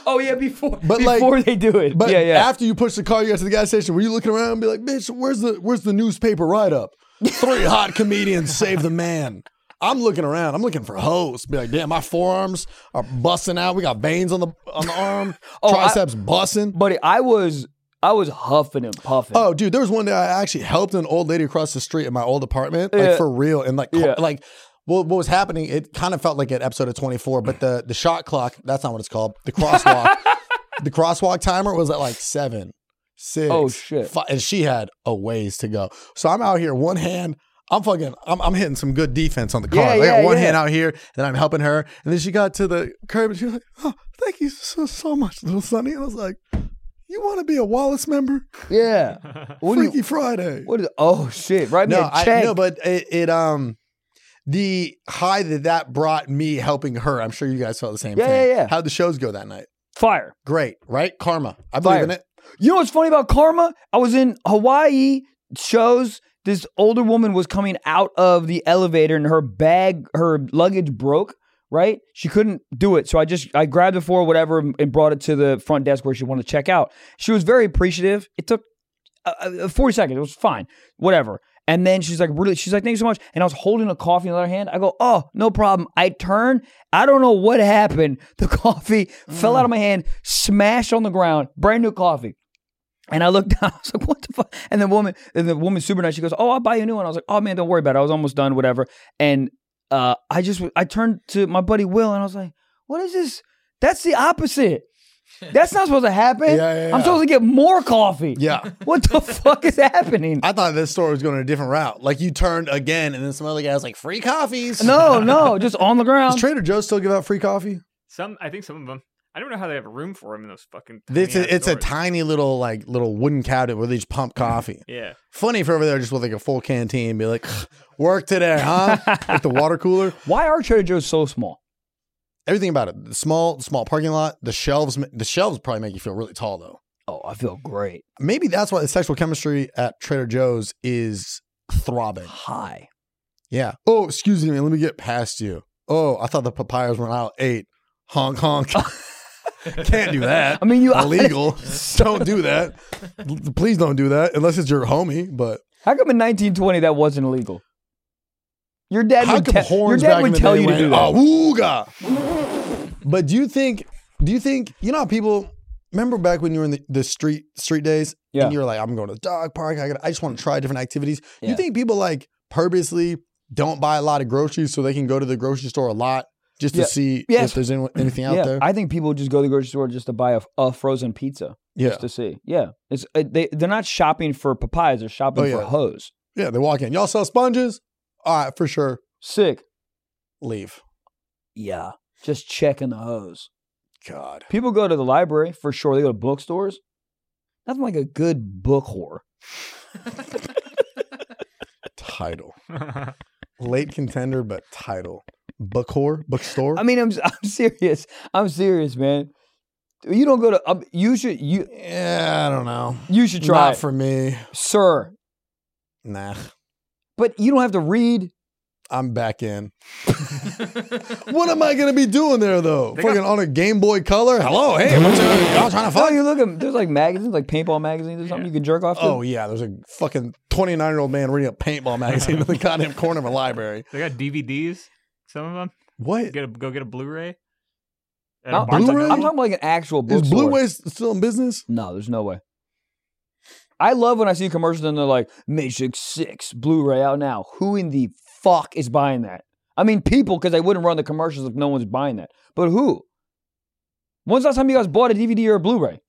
oh yeah, before But, like- before they do it. But yeah, yeah. after you push the car, you got to the gas station. Were you looking around and be like, "Bitch, where's the where's the newspaper write up? Three hot comedians save the man." I'm looking around. I'm looking for hoes. Be like, damn, my forearms are busting out. We got veins on the on the arm, Oh, I- triceps busting. Buddy, I was I was huffing and puffing. Oh, dude, there was one day I actually helped an old lady across the street in my old apartment, like Yeah. for real, and like, ca- Yeah. like, well, what was happening? It kind of felt like an episode of Twenty Four, but the the shot clock. That's not what it's called. The crosswalk. the crosswalk timer was at like seven, six. Oh, shit. fi- and she had a ways to go. So I'm out here, one hand. I'm fucking. I'm, I'm hitting some good defense on the car. Yeah, I got yeah, one yeah. hand out here, and then I'm helping her. And then she got to the curb, and she was like, "Oh, thank you so so much, little Sonny." And I was like, You want to be a Wallace member? Yeah. What do you- Freaky Friday. what is? Oh shit! Write me no, a I, check. no, but it, it um the high that that brought me helping her. I'm sure you guys felt the same Yeah, thing. yeah, yeah. How'd the shows go that night? Fire. Great, right? Karma. I believe Fire. in it. You know what's funny about karma? I was in Hawaii shows. This older woman was coming out of the elevator and her bag, her luggage broke, right? She couldn't do it. So I just, I grabbed it for her, whatever and brought it to the front desk where she wanted to check out. She was very appreciative. It took uh, uh, 40 seconds. It was fine, whatever. And then she's like, really, she's like, thank you so much. And I was holding a coffee in the other hand. I go, oh, no problem. I turn. I don't know what happened. The coffee fell Mm. out of my hand, smashed on the ground, brand new coffee. And I looked down. I was like, "What the fuck?" And the woman, and the woman, super nice. She goes, "Oh, I'll buy you a new one." I was like, "Oh man, don't worry about it. I was almost done, whatever." And uh, I just, I turned to my buddy Will, and I was like, "What is this? That's the opposite. That's not supposed to happen. Yeah, yeah, I'm yeah. supposed to get more coffee. Yeah. What the fuck is happening? I thought this story was going a different route. Like you turned again, and then some other guy was like, "Free coffees." no, no, just on the ground. Does Trader Joe's still give out free coffee? Some, I think some of them. I don't know how they have room for them in those fucking. It's tiny-ass a, it's a doors. tiny little like little wooden cabinet where they just pump coffee. Yeah. Funny for over there just with like a full canteen, be like, "Work today, huh?" like the water cooler. Why are Trader Joe's so small? Everything about it. The small small parking lot. The shelves ma- the shelves probably make you feel really tall though. Oh, I feel great. Maybe that's why the sexual chemistry at Trader Joe's is throbbing. Hi. Yeah. Oh, excuse me. Let me get past you. Oh, I thought the papayas were on aisle eight. Honk honk. Can't do that. I mean, you Illegal. don't do that. L- Please don't do that unless it's your homie. But How come in 1920 that wasn't illegal? Your dad how would, come te- your horns dad back in would the tell day you to do went, that. "Awooga." But do you think? Do you think you know how people remember back when you were in the, the street street days? Yeah. And you were like, I'm going to the dog park. I got. I just want to try different activities. Yeah. You think people like purposely don't buy a lot of groceries so they can go to the grocery store a lot just to Yeah. see Yes. if there's any, anything out yeah, there? I think people just go to the grocery store just to buy a, a frozen pizza yeah. just to see. Yeah, it's uh, they they're not shopping for papayas; they're shopping Oh, for yeah. hose. Yeah, they walk in. Y'all sell sponges? All right, for sure. Sick. Leave. Yeah, just checking the hose. God. People go to the library for sure. They go to bookstores. Nothing like a good book whore. Title. Late contender, but title. Book whore? Bookstore? I mean, I'm I'm serious. I'm serious, man. You don't go to. Um, you should you yeah, I don't know. you should try, Not it. for me. sir. Nah. But you don't have to read. I'm back in. what am I going to be doing there, though? They got- Fucking on a Game Boy Color? Hello, hey, what's up? Y'all trying to No, fuck? you look at there's like magazines, like paintball magazines or something you can jerk off to. Oh, yeah. There's a fucking 29 year old man reading a paintball magazine in the goddamn corner of a library. They got DVDs. Some of them. What? Get a, go get a Blu-ray. At No, a Barnes I'm, and ta- Blu-ray? I'm Noble. talking like an actual Is bookstore. Blue Ways still in business? No, there's no way. I love when I see commercials and they're like Matrix Six Blu-ray out now. Who in the fuck is buying that? I mean, people because they wouldn't run the commercials if no one's buying that. But who? When's the last time you guys bought a DVD or a Blu-ray?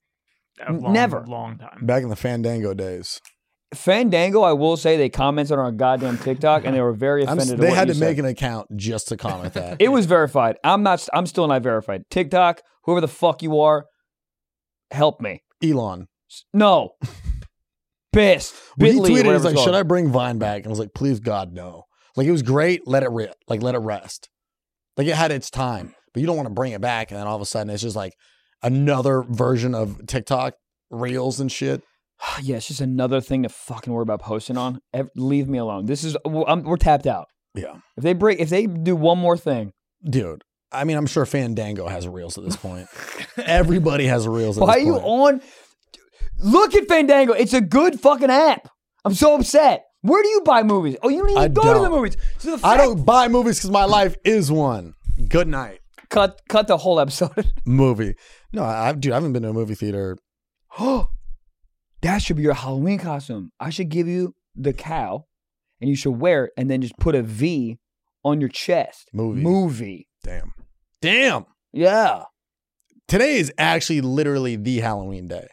A long- Never. Long time. Back in the Fandango days. Fandango, I will say they commented on our goddamn TikTok and they were very I'm s- offended. at they what had you to said. make an account just to comment that. It was verified. I'm not. I'm still not verified. TikTok, whoever the fuck you are, help me. Elon. S- No. Pissed. When he Bitly, tweeted, he's whatever like, it's should I called. bring Vine back? And I was like, please God, no. Like it was great, let it rip, like let it rest. Like it had its time, but you don't want to bring it back. And then all of a sudden it's just like another version of TikTok reels and shit. yeah, it's just another thing to fucking worry about posting on. Ev- leave me alone. This is. w- I'm, we're tapped out. Yeah. If they break, if they do one more thing, Dude. I mean, I'm sure Fandango has reels at this point. Everybody has reels at why are this you point. on? Look at Fandango. It's a good fucking app. I'm so upset. Where do you buy movies? Oh, you don't even I go to the don't. movies. So the fact, I don't buy movies because my life is one. Good night. cut cut the whole episode. Movie. No, I, I dude, I haven't been to a movie theater. that should be your Halloween costume. I should give you the cow and you should wear it and then just put a V on your chest. Movie. Movie. Damn. Damn. Yeah. today is actually literally the Halloween day.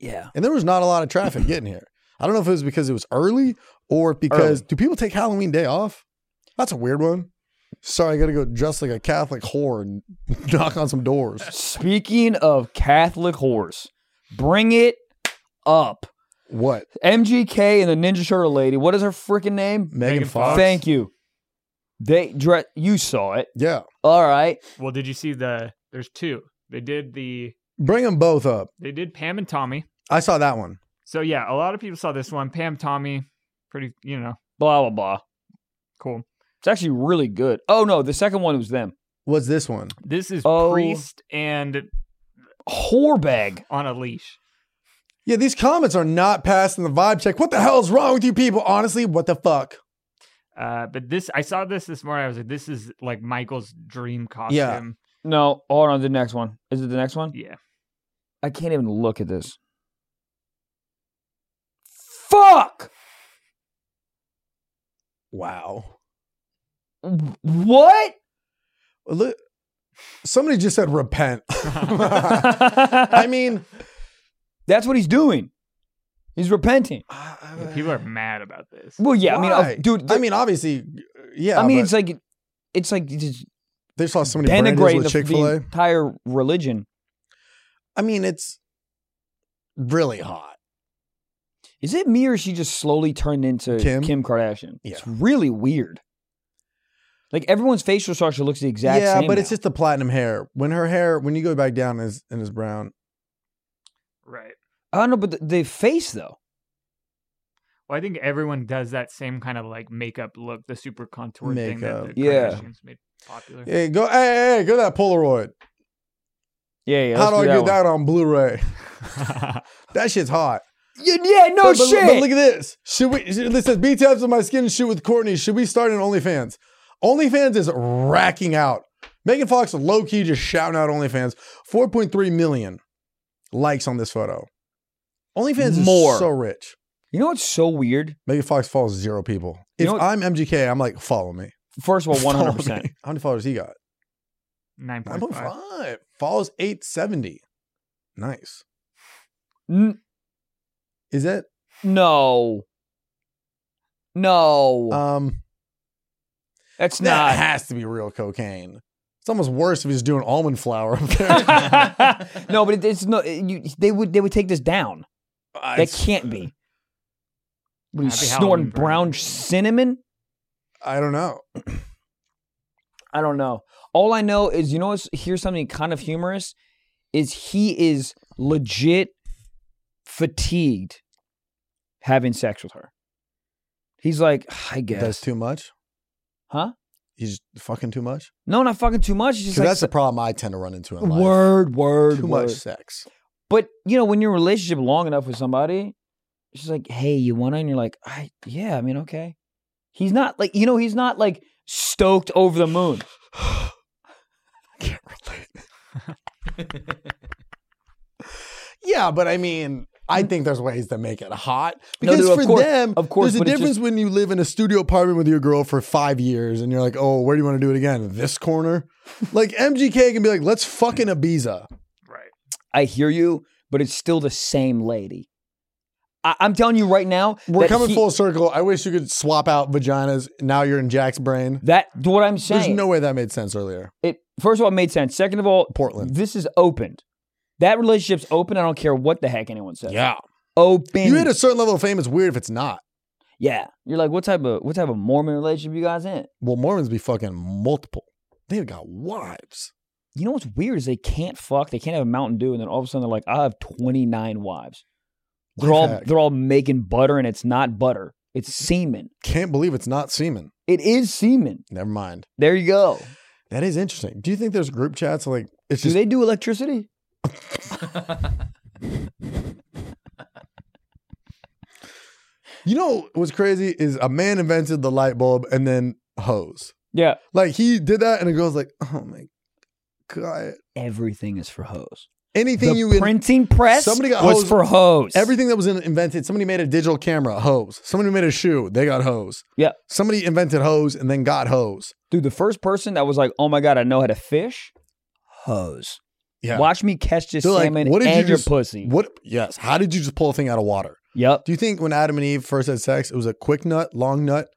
Yeah. And there was not a lot of traffic getting here. I don't know if it was because it was early or because do people take Halloween day off? That's a weird one. Sorry, I gotta go dress like a Catholic whore and knock on some doors. Speaking of Catholic whores, Bring it up. What? MGK and the Ninja Turtle lady. What is her freaking name? Megan, Megan Fox? Fox? Thank you. They dre- You saw it. Yeah. All right. Well, did you see the? There's two. They did the. Bring them both up. They did Pam and Tommy. I saw that one. So yeah, a lot of people saw this one. Pam, Tommy, pretty. You know, Blah blah blah. cool. It's actually really good. Oh no, the second one was them. What's this one? This is Oh. Priest and Whorebag. on a leash. Yeah, these comments are not passing the vibe check. What the hell is wrong with you people? Honestly, what the fuck? Uh, but this, I saw this this morning. I was like, this is like Michael's dream costume. No, hold on. The next one. Is it the next one? Yeah. I can't even look at this. Fuck! Wow. What? Look, somebody just said repent. I I mean, mean, that's what he's doing. He's repenting. Yeah, people are mad about this. Well, yeah. I mean, Why? uh, dude. I mean, obviously, yeah. I mean, but it's like, it's like just they saw so many branches denigrating the, with Chick Fil the A. entire religion. I mean, it's really hot. Is it me or is she just slowly turned into Kim? Kim, Kardashian? Yeah. It's really weird. Like everyone's facial structure looks the exact yeah, same. but it's now. just the platinum hair. When her hair, when you go back down, is and is brown. Right. I don't know, but the, the face though. Well, I think everyone does that same kind of like makeup look, the super contour thing Makeup. that the Yeah. Kardashians made popular. Hey, go, hey, hey, hey, go to that Polaroid. Yeah, yeah. How do I let's get that one. that on Blu-ray? That shit's hot. Yeah, yeah, no but, but- shit. But look at this. Should we? This says B tabs on my skin. Shoot with Courtney. Should we start an OnlyFans? OnlyFans is racking out. Megan Fox low key just shouting out OnlyFans. Four point three million likes on this photo. OnlyFans More. is so rich. You know what's so weird? Megan Fox follows zero people. You If know what- I'm MGK, I'm like, follow me. First of all, one Follow hundred percent. me. How many followers he got? Nine Nine point point five. five. Follows eight seventy. Nice. Is that No, no, um? that's That not. has to be real cocaine. It's almost worse if he's doing almond flour up there. no, but it, it's no. it- you, they would they would take this down. Uh, That it's- can't be. What are you Happy snorting Halloween, Brandon. brown cinnamon? I don't know. I don't know. All I know is you know what's, here's something kind of humorous is he is legit fatigued having sex with her. He's like, I guess. That's too much. Huh? He's fucking too much. No, not fucking too much. It's just 'Cause like that's the problem I tend to run into in life. word, word, too word. much sex. But you know, when you're in a relationship long enough with somebody, she's like, "Hey, you want to?" And you're like, "I yeah, I mean, okay." He's not like you know, he's not like stoked over the moon. I can't relate. yeah, but I mean, I think there's ways to make it hot No, because dude, of for course- them, of course, there's a but it's difference when you live in a studio apartment with your girl for five years and you're like, oh, where do you want to do it again? This corner. like MGK can be like, let's fucking Ibiza. Right. I hear you, but it's still the same lady. I, I'm telling you right now, We're that coming he- full circle. I wish you could swap out vaginas. Now you're in Jack's brain. That what I'm saying. There's no way that made sense earlier. it first of all it made sense. Second of all, Portland. this is opened. That relationship's open. I don't care what the heck anyone says. open. You hit a certain level of fame, it's weird if it's not. yeah. You're like, what type of what type of Mormon relationship you guys in? Well, Mormons be fucking multiple. They've got wives. You know what's weird is they can't fuck. They can't have a Mountain Dew, and then all of a sudden they're like, I have 29 wives. They're Life all hack. they're all making butter, and it's not butter. It's semen. Can't believe it's not semen. It is semen. Never mind. There you go. That is interesting. Do you think there's group chats like it's Do just they do electricity? you know what's crazy is a man invented the light bulb and then hose. Yeah. Like he did that and a girl's like, oh my god. Everything is for hose. Anything the you in- printing press Somebody got was hosed- for hose. Everything that was in, invented, somebody made a digital camera, hose. Somebody made a shoe, they got hose. Yeah. Somebody invented hose and then got hose. Dude, the first person that was like, "Oh my god, I know how to fish," hose. Yeah. Watch me catch this They're like, salmon "What did you and your just- pussy. What? Yes. How did you just pull a thing out of water? Yep. Do you think when Adam and Eve first had sex, it was a quick nut, long nut,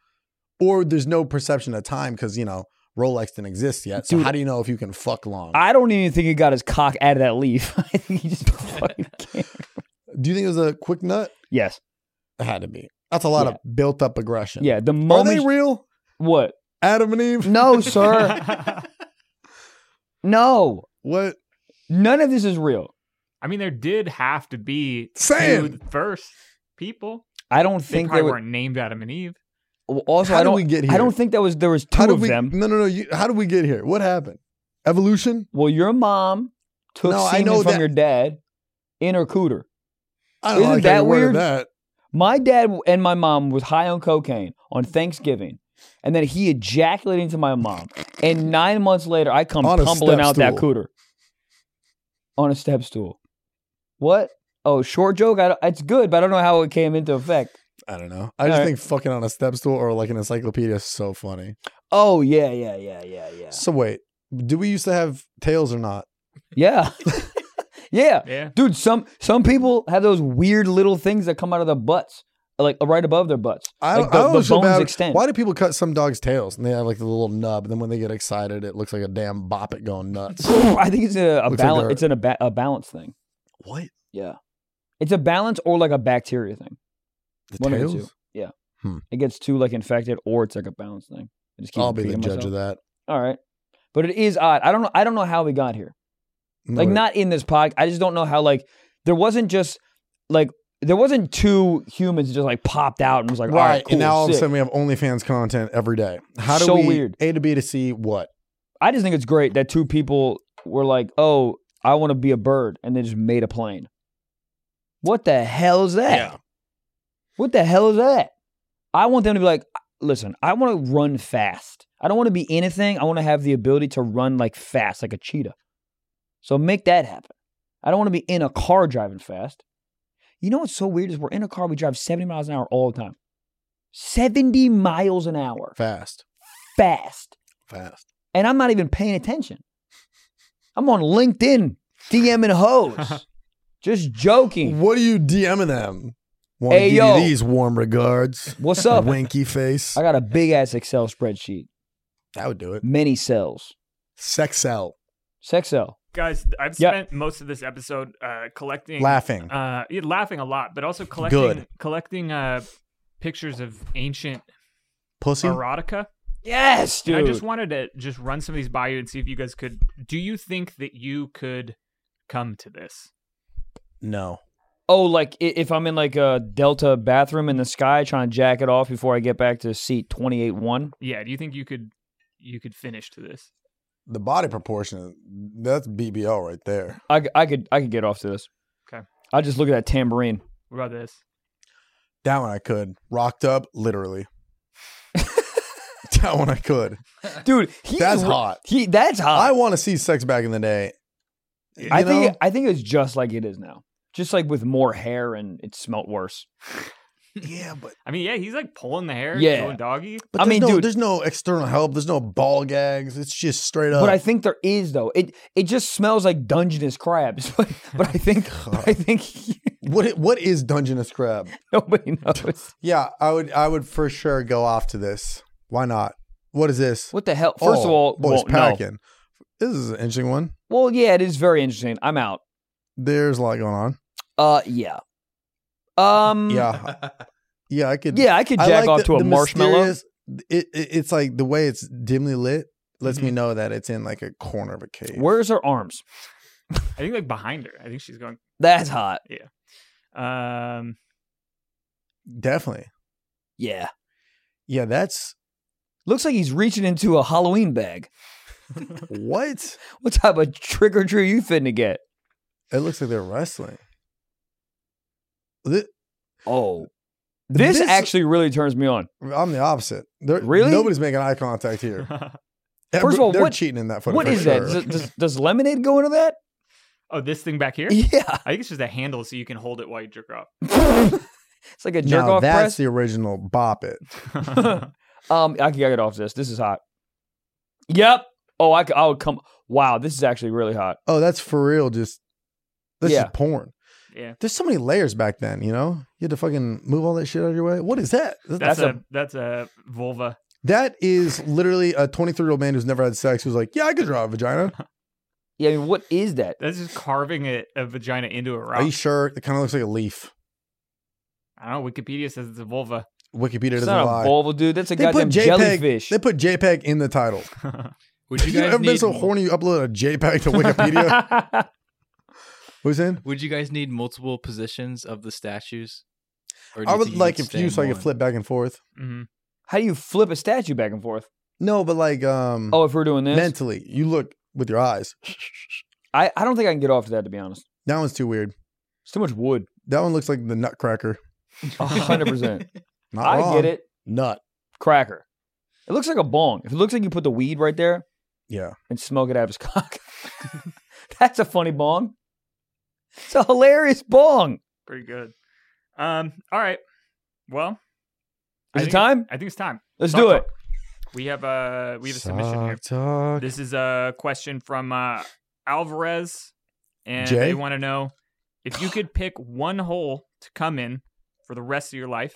or there's no perception of time because you know Rolex didn't exist yet? So Dude. how do you know if you can fuck long? I don't even think he got his cock out of that leaf. I think he just fucking can't. Do you think it was a quick nut? Yes. It had to be. That's a lot of built up aggression. Yeah. The Are they moment. real? what? Adam and Eve? No, sir. no. What? None of this is real. I mean, there did have to be two Sam. first people. I don't They think probably they were. weren't named Adam and Eve. Well, Also, How I did don't. we get here? I don't think that was. There was two How did of we, them. No, no, no. You, how did we get here? What happened? Evolution? Well, your mom took No, I semen know from that- your dad in her cooter. I don't Isn't like that every word of weird? that. My dad and my mom was high on cocaine on Thanksgiving, and then he ejaculated into my mom. And nine months later, I come On a tumbling step out that stool. cooter on a step stool. What? Oh, short joke. I don't, it's good, but I don't know how it came into effect. I don't know. I just All right. think fucking on a step stool or like an encyclopedia is so funny. Oh yeah, yeah, yeah, yeah, yeah, So wait, do we used to have tails or not? yeah, yeah. Yeah. Dude, some some people have those weird little things that come out of their butts, like uh, right above their butts. I, like the, I the always feel bones bad- extend. Why do people cut some dogs' tails and they have like the little nub? And then when they get excited, it looks like a damn boppet going nuts. I think it's a, a Looks like balance. a- it's an, a, ba- a balance thing. what? Yeah, it's a balance or like a bacteria thing. The One of the tails? two. Yeah, Hmm. it gets too like infected or it's like a balance thing. I just keep I'll be the repeating judge of myself. that. All right, but it is odd. I don't know. I don't know how we got here. No, like it- not in this pod. I just don't know how like there wasn't just like there wasn't two humans that just like popped out and was like right. all right, cool, and now all of a sick. sudden we have OnlyFans content every day. How do So we weird. A to B to C what? I just think it's great that two people were like, "Oh, I want to be a bird," and they just made a plane. What the hell is that? Yeah. What the hell is that? I want them to be like, "Listen, I want to run fast. I don't want to be anything. I want to have the ability to run like fast, like a cheetah." So make that happen. I don't want to be in a car driving fast. You know what's so weird is we're in a car we drive 70 miles an hour all the time. 70 miles an hour Fast. fast Fast. and I'm not even paying attention. I'm on LinkedIn DMing hoes, just joking. What are you DMing them? Want to Hey, give yo. you these warm regards? What's up? Winky face. I got a big ass Excel spreadsheet, that would do it. many cells, Sex cell. sex cell. Guys, I've Yeah. spent most of this episode uh, collecting Laughing. uh yeah, laughing a lot, but also collecting Good. collecting uh pictures of ancient Pussy. erotica. Yes, dude. And I just wanted to just run some of these by you and see if you guys could do you think that you could come to this? No. oh, like i- if I'm in like a Delta bathroom in the sky trying to jack it off before I get back to seat 28-1. Yeah, do you think you could you could finish to this? The body proportion, that's BBL right there. I, c- I could I could get off to this. Okay. I just look at that tambourine. What about this? That one I could. Rocked up, literally. that one I could. Dude, he's That's re- hot. He that's I hot. want to see sex back in the day. You Uh, I think know? it, I think it's just like it is now. Just like with more hair and it smelt worse. yeah, but, I mean, yeah, he's like pulling the hair, Yeah. going doggy. but I there's mean, no, dude- there's no external help. There's no ball gags. It's just straight up. But I think there is though. It it just smells like dungeness crabs. But, but I think I think what i- what is Dungeness crab? nobody knows. Yeah, I would I would for sure go off to this. Why not? What is this? What the hell? First of Oh, all, boys well, no. packing. This is an interesting one. Well, yeah, it is very interesting. I'm out. There's a lot going on. Uh, yeah. Um, yeah, Yeah, yeah, I could. yeah. I could I jack like off the- to a the marshmallow. mysterious- It, it it's like the way it's dimly lit lets Mm-hmm. me know that it's in like a corner of a cave. Where's her arms? I think like behind her. I think she's going That's hot. um Definitely. Yeah. Yeah, that's Looks like he's reaching into a Halloween bag. what. What type of trick or treat you finna get? It looks like they're wrestling. Thi- Oh, this, This- actually really turns me on. I'm the opposite. There, Really? Nobody's making eye contact here. First of all, they're what- cheating in that photo. What for is that? sure. Does, does, does lemonade go into that? oh, this thing back here? Yeah. I think it's just a handle so you can hold it while you jerk off. it's like a jerk now off that's press. the original bop it. um, I can get off this. This is hot. Yep. Oh, I, c- I would come. Wow, this is actually really hot. Oh, that's for real. Just this Yeah. is porn. yeah. There's so many layers back then. You know, you had to fucking move all that shit out of your way. What is that? That- That's That's, a, a- that's a vulva. that is literally a 23 year old man who's never had sex who's like, yeah, I could draw a vagina. Yeah, I mean, what is that? That's just carving a, a vagina into a rock. Are you sure? It kind of looks like a leaf. I don't know. Wikipedia says it's a vulva. Wikipedia It's doesn't not lie. a vulva, dude. That's a they put goddamn JPEG. jellyfish. They put JPEG in the title. Would you You guys ever been need? so horny you upload a JPEG to Wikipedia? Who's in? Would you guys need multiple positions of the statues? Or do I you would think you like could if stay you in so I could one? flip back and forth. hmm How do you flip a statue back and forth? No, but like um Oh, if we're doing this, mentally, you look with your eyes. I, I don't think I can get off to that. To be honest, That one's too weird. it's too much wood. That one looks like the Nutcracker. A hundred percent. Not I wrong. get it. Nut. Cracker. It looks like a bong. If it looks like you put the weed right there Yeah. and smoke it out of his cock, that's a funny bong. It's a hilarious bong. Pretty good. Um. All right. Well, I Is it think time? I think it's time. Let's Sock do it. We have a we have a submission here. Sock talk. This is a question from uh, Alvarez, and Jay? they want to know if you could pick one hole to come in for the rest of your life,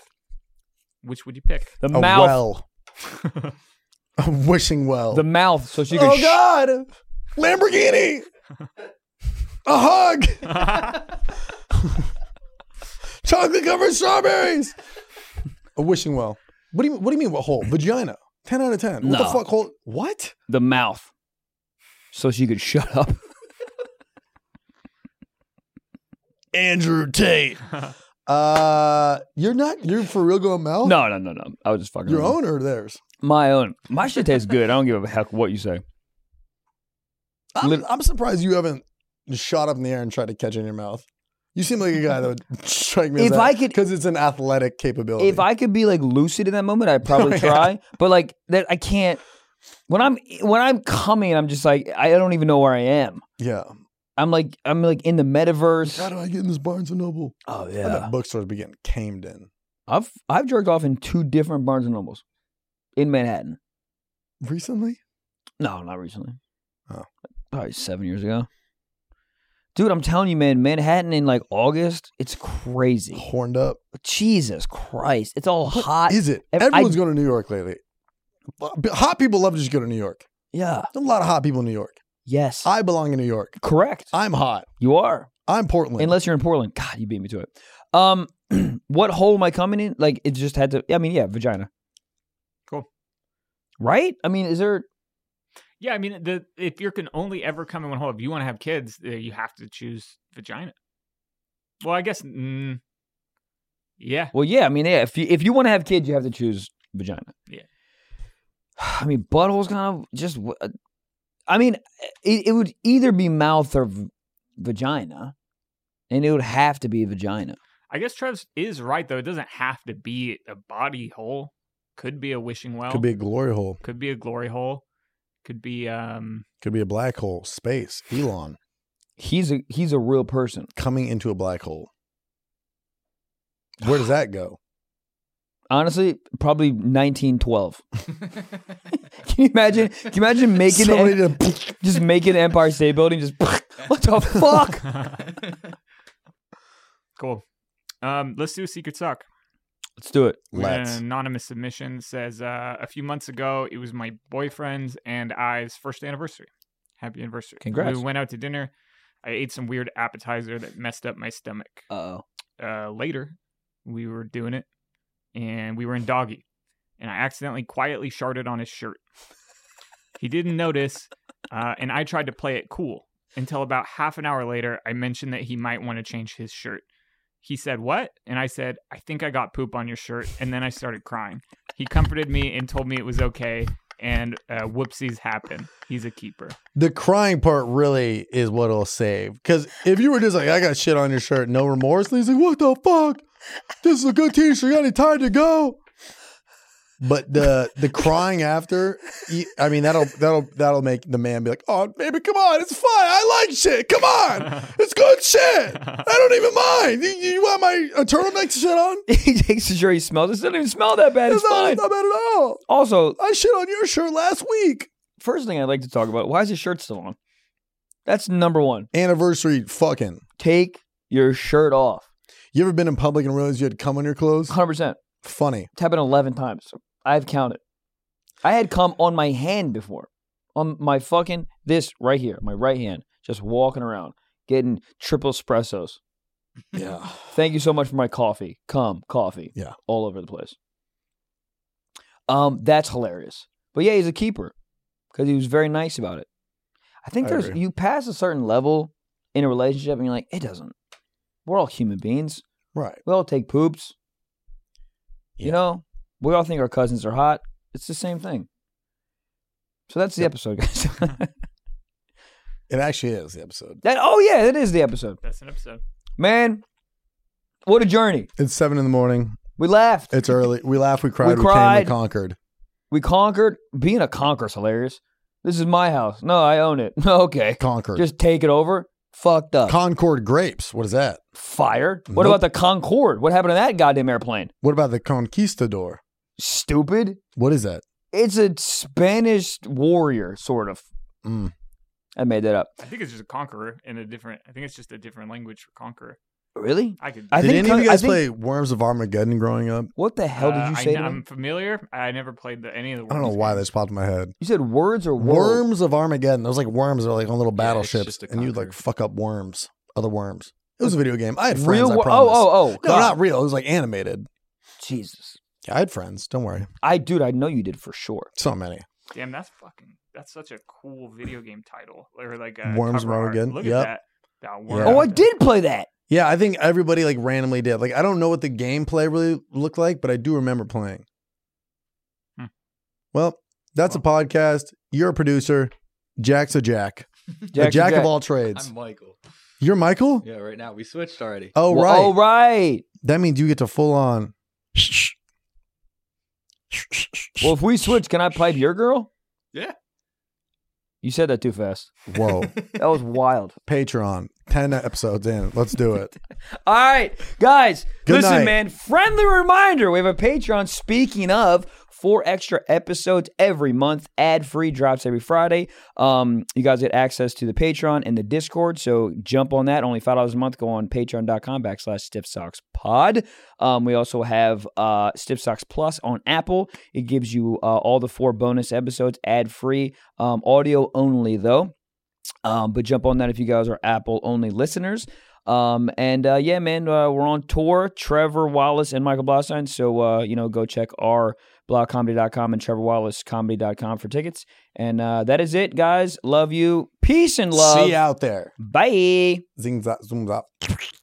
which would you pick? The A mouth. well. A wishing well. The mouth. So she can. oh sh- God. Lamborghini. a hug. Chocolate covered strawberries. A wishing well. What do you what do you mean what hole? Vagina. Ten out of ten. What the No. fuck hole? What? the mouth. So she could shut up. Andrew Tate. uh you're not you're for real going mouth? No, no, no, no. I was just fucking. Oh. Your own around. or theirs? My own. My shit tastes good. I don't give a heck what you say. I'm, Lit- I'm surprised you haven't just shot up in the air and tried to catch it in your mouth. You seem like a guy that would strike me If as I could- because it's an athletic capability. If I could be like lucid in that moment, I'd probably Oh, yeah. try. But like that, I can't. When I'm when I'm coming, I'm just like I don't even know where I am. yeah, I'm like I'm like in the how metaverse. do I get in this Barnes and Noble? Oh I yeah, bet bookstores be getting camed in. I've I've jerked off in two different Barnes and Nobles in Manhattan. Recently, No, not recently. Oh. Probably seven years ago. Dude, I'm telling you, man, Manhattan in like August, it's crazy. horned up. Jesus Christ. It's all hot. Is it? Ev- I- Everyone's going to New York lately. Hot people love to just go to New York. yeah. There's a lot of hot people in New York. Yes. I belong in New York. Correct. I'm hot. you are. I'm Portland. Unless you're in Portland. God, you beat me to it. Um, what hole am I coming in? Like it just had to I mean, yeah, vagina. Cool. Right? I mean, is there yeah, I mean, the if you can only ever come in one hole, if you want to have kids, uh, you have to choose vagina. Well, I guess. Mm, yeah. well yeah, I mean, yeah, if you if you want to have kids, you have to choose vagina. Yeah. I mean, butthole's kind of just wh- I mean, it, it would either be mouth or v- vagina. And it would have to be vagina. I guess Travis is right though. It doesn't have to be a body hole. Could be a wishing well. Could be a glory hole. Could be a glory hole. Could be um. Could be a black hole. Space. Elon He's a he's a real person. coming into a black hole. Where does that go? Honestly, probably 1912. Can you imagine? Can you imagine making an- Somebody did a- just making an Empire State Building? Just what the fuck? cool. Um, let's do a secret sock. Let's do it. We got Let's. An anonymous submission says uh, a few months ago it was my boyfriend's and I's first anniversary. Happy anniversary! Congrats. We went out to dinner. I ate some weird appetizer that messed up my stomach. Uh oh. uh, later, we were doing it, and we were in doggy, and I accidentally quietly sharded on his shirt. He didn't notice, uh, and I tried to play it cool until about half an hour later. I mentioned that he might want to change his shirt. He said, "What?" And I said, "I think I got poop on your shirt." And then I started crying. He comforted me and told me it was okay. And uh, whoopsies happen. He's a keeper. the crying part really is what'll save. Because if you were just like, I got shit on your shirt, no remorse, and he's like, what the fuck? This is a good t-shirt. You got any time to go? But the the crying after, y- I mean, that'll that'll that'll make the man be like, oh, baby, come on, it's fine. I like shit. Come on, it's good shit. I don't even mind. You, you want my a turtleneck to shit on? he takes his shirt. He smells. It doesn't even smell that bad. It's It's not, fine. it's not bad at all. Also, I shit on your shirt last week. first thing I'd like to talk about: why is his shirt still on? That's number one. Anniversary fucking. Take your shirt off. You ever been in public and realized you had cum on your clothes? 100. percent Funny. It's happened 11 times. I've counted. I had cum on my hand before. On my fucking this right here, my right hand. just walking around, getting triple espressos. Yeah. Thank you so much for my coffee. Come, coffee. Yeah. All over the place. Um, that's hilarious. But yeah, he's a keeper because he was very nice about it. I think I there's agree. you pass a certain level in a relationship and you're like, it doesn't. We're all human beings. Right. We all take poops. You Yeah. know, we all think our cousins are hot. It's the same thing. So that's the Yep. episode, guys. It actually is the episode. that oh yeah, that is the episode. That's an episode. Man, what a journey. It's seven in the morning. We laughed. It's early. We laughed. We cried. We, came. cried. We conquered. We conquered. Being a conqueror's hilarious. This is my house. No, I own it. Okay. Conquered. Just uh, take it over. Fucked up. Concord grapes. What is that? Fire. What Nope. about the Concorde? What happened to that goddamn airplane? What about the conquistador? Stupid. What is that? It's a Spanish warrior, sort of. Mm. I made that up. I think it's just a conqueror in a different. I think it's just a different language for conqueror. Really? I could. I Did think any con- of you I guys think- play Worms of Armageddon growing up? What the hell did Uh, you I say? kn- to I'm me? familiar. I never played the, any of the. I don't know Worms why games. this popped in my head. You said words or words? Worms of Armageddon. Those like worms are like on little Yeah, it's battleships, just a and you'd like conqueror. fuck up worms, other worms. It was a video game. I had friends. Real I wor- promise. Oh, oh, oh. no, God. not real. It was like animated. Jesus. Yeah, I had friends. Don't worry. I, dude, I know you did for sure. So many. Damn, that's fucking. That's such a cool video game title or like a Worms cover of art. Armageddon, Look yep. at that. that Yeah. worm. Oh, I did play that. Yeah, I think everybody like randomly did. Like I don't know what the gameplay really looked like, but I do remember playing. Hmm. Well, that's a podcast. You're a producer. Jack's a jack. Jack's a jack, a jack. of all trades. I'm Michael. You're Michael? Yeah, right now we switched already. Oh Well, right. Oh, right. That means you get to full on. Well, if we switch, can I pipe your girl? Yeah. You said that too fast. Whoa. That was wild. Patreon. 10 episodes in. Let's do it. All right, guys. Good listen, night. man. Friendly reminder: we have a Patreon. Speaking of, four extra episodes every month, ad free drops every Friday. Um, you guys get access to the Patreon and the Discord, so jump on that. Only five dollars a month. Go on Patreon.com backslash Stiff Socks Pod. Um, we also have uh, Stiff Socks Plus on Apple. It gives you uh, all the four bonus episodes ad free, um, audio only though. Um, but jump on that if you guys are Apple only listeners. Um, and uh, yeah, man, uh, we're on tour. Trevor Wallace and Michael Blaustein. So, uh, you know, go check our blogcomedy.com and trevorwallacecomedy.com for tickets. And uh, that is it, guys. Love you. Peace and love. See you out there. Bye. Zing, zap, zoom, zap.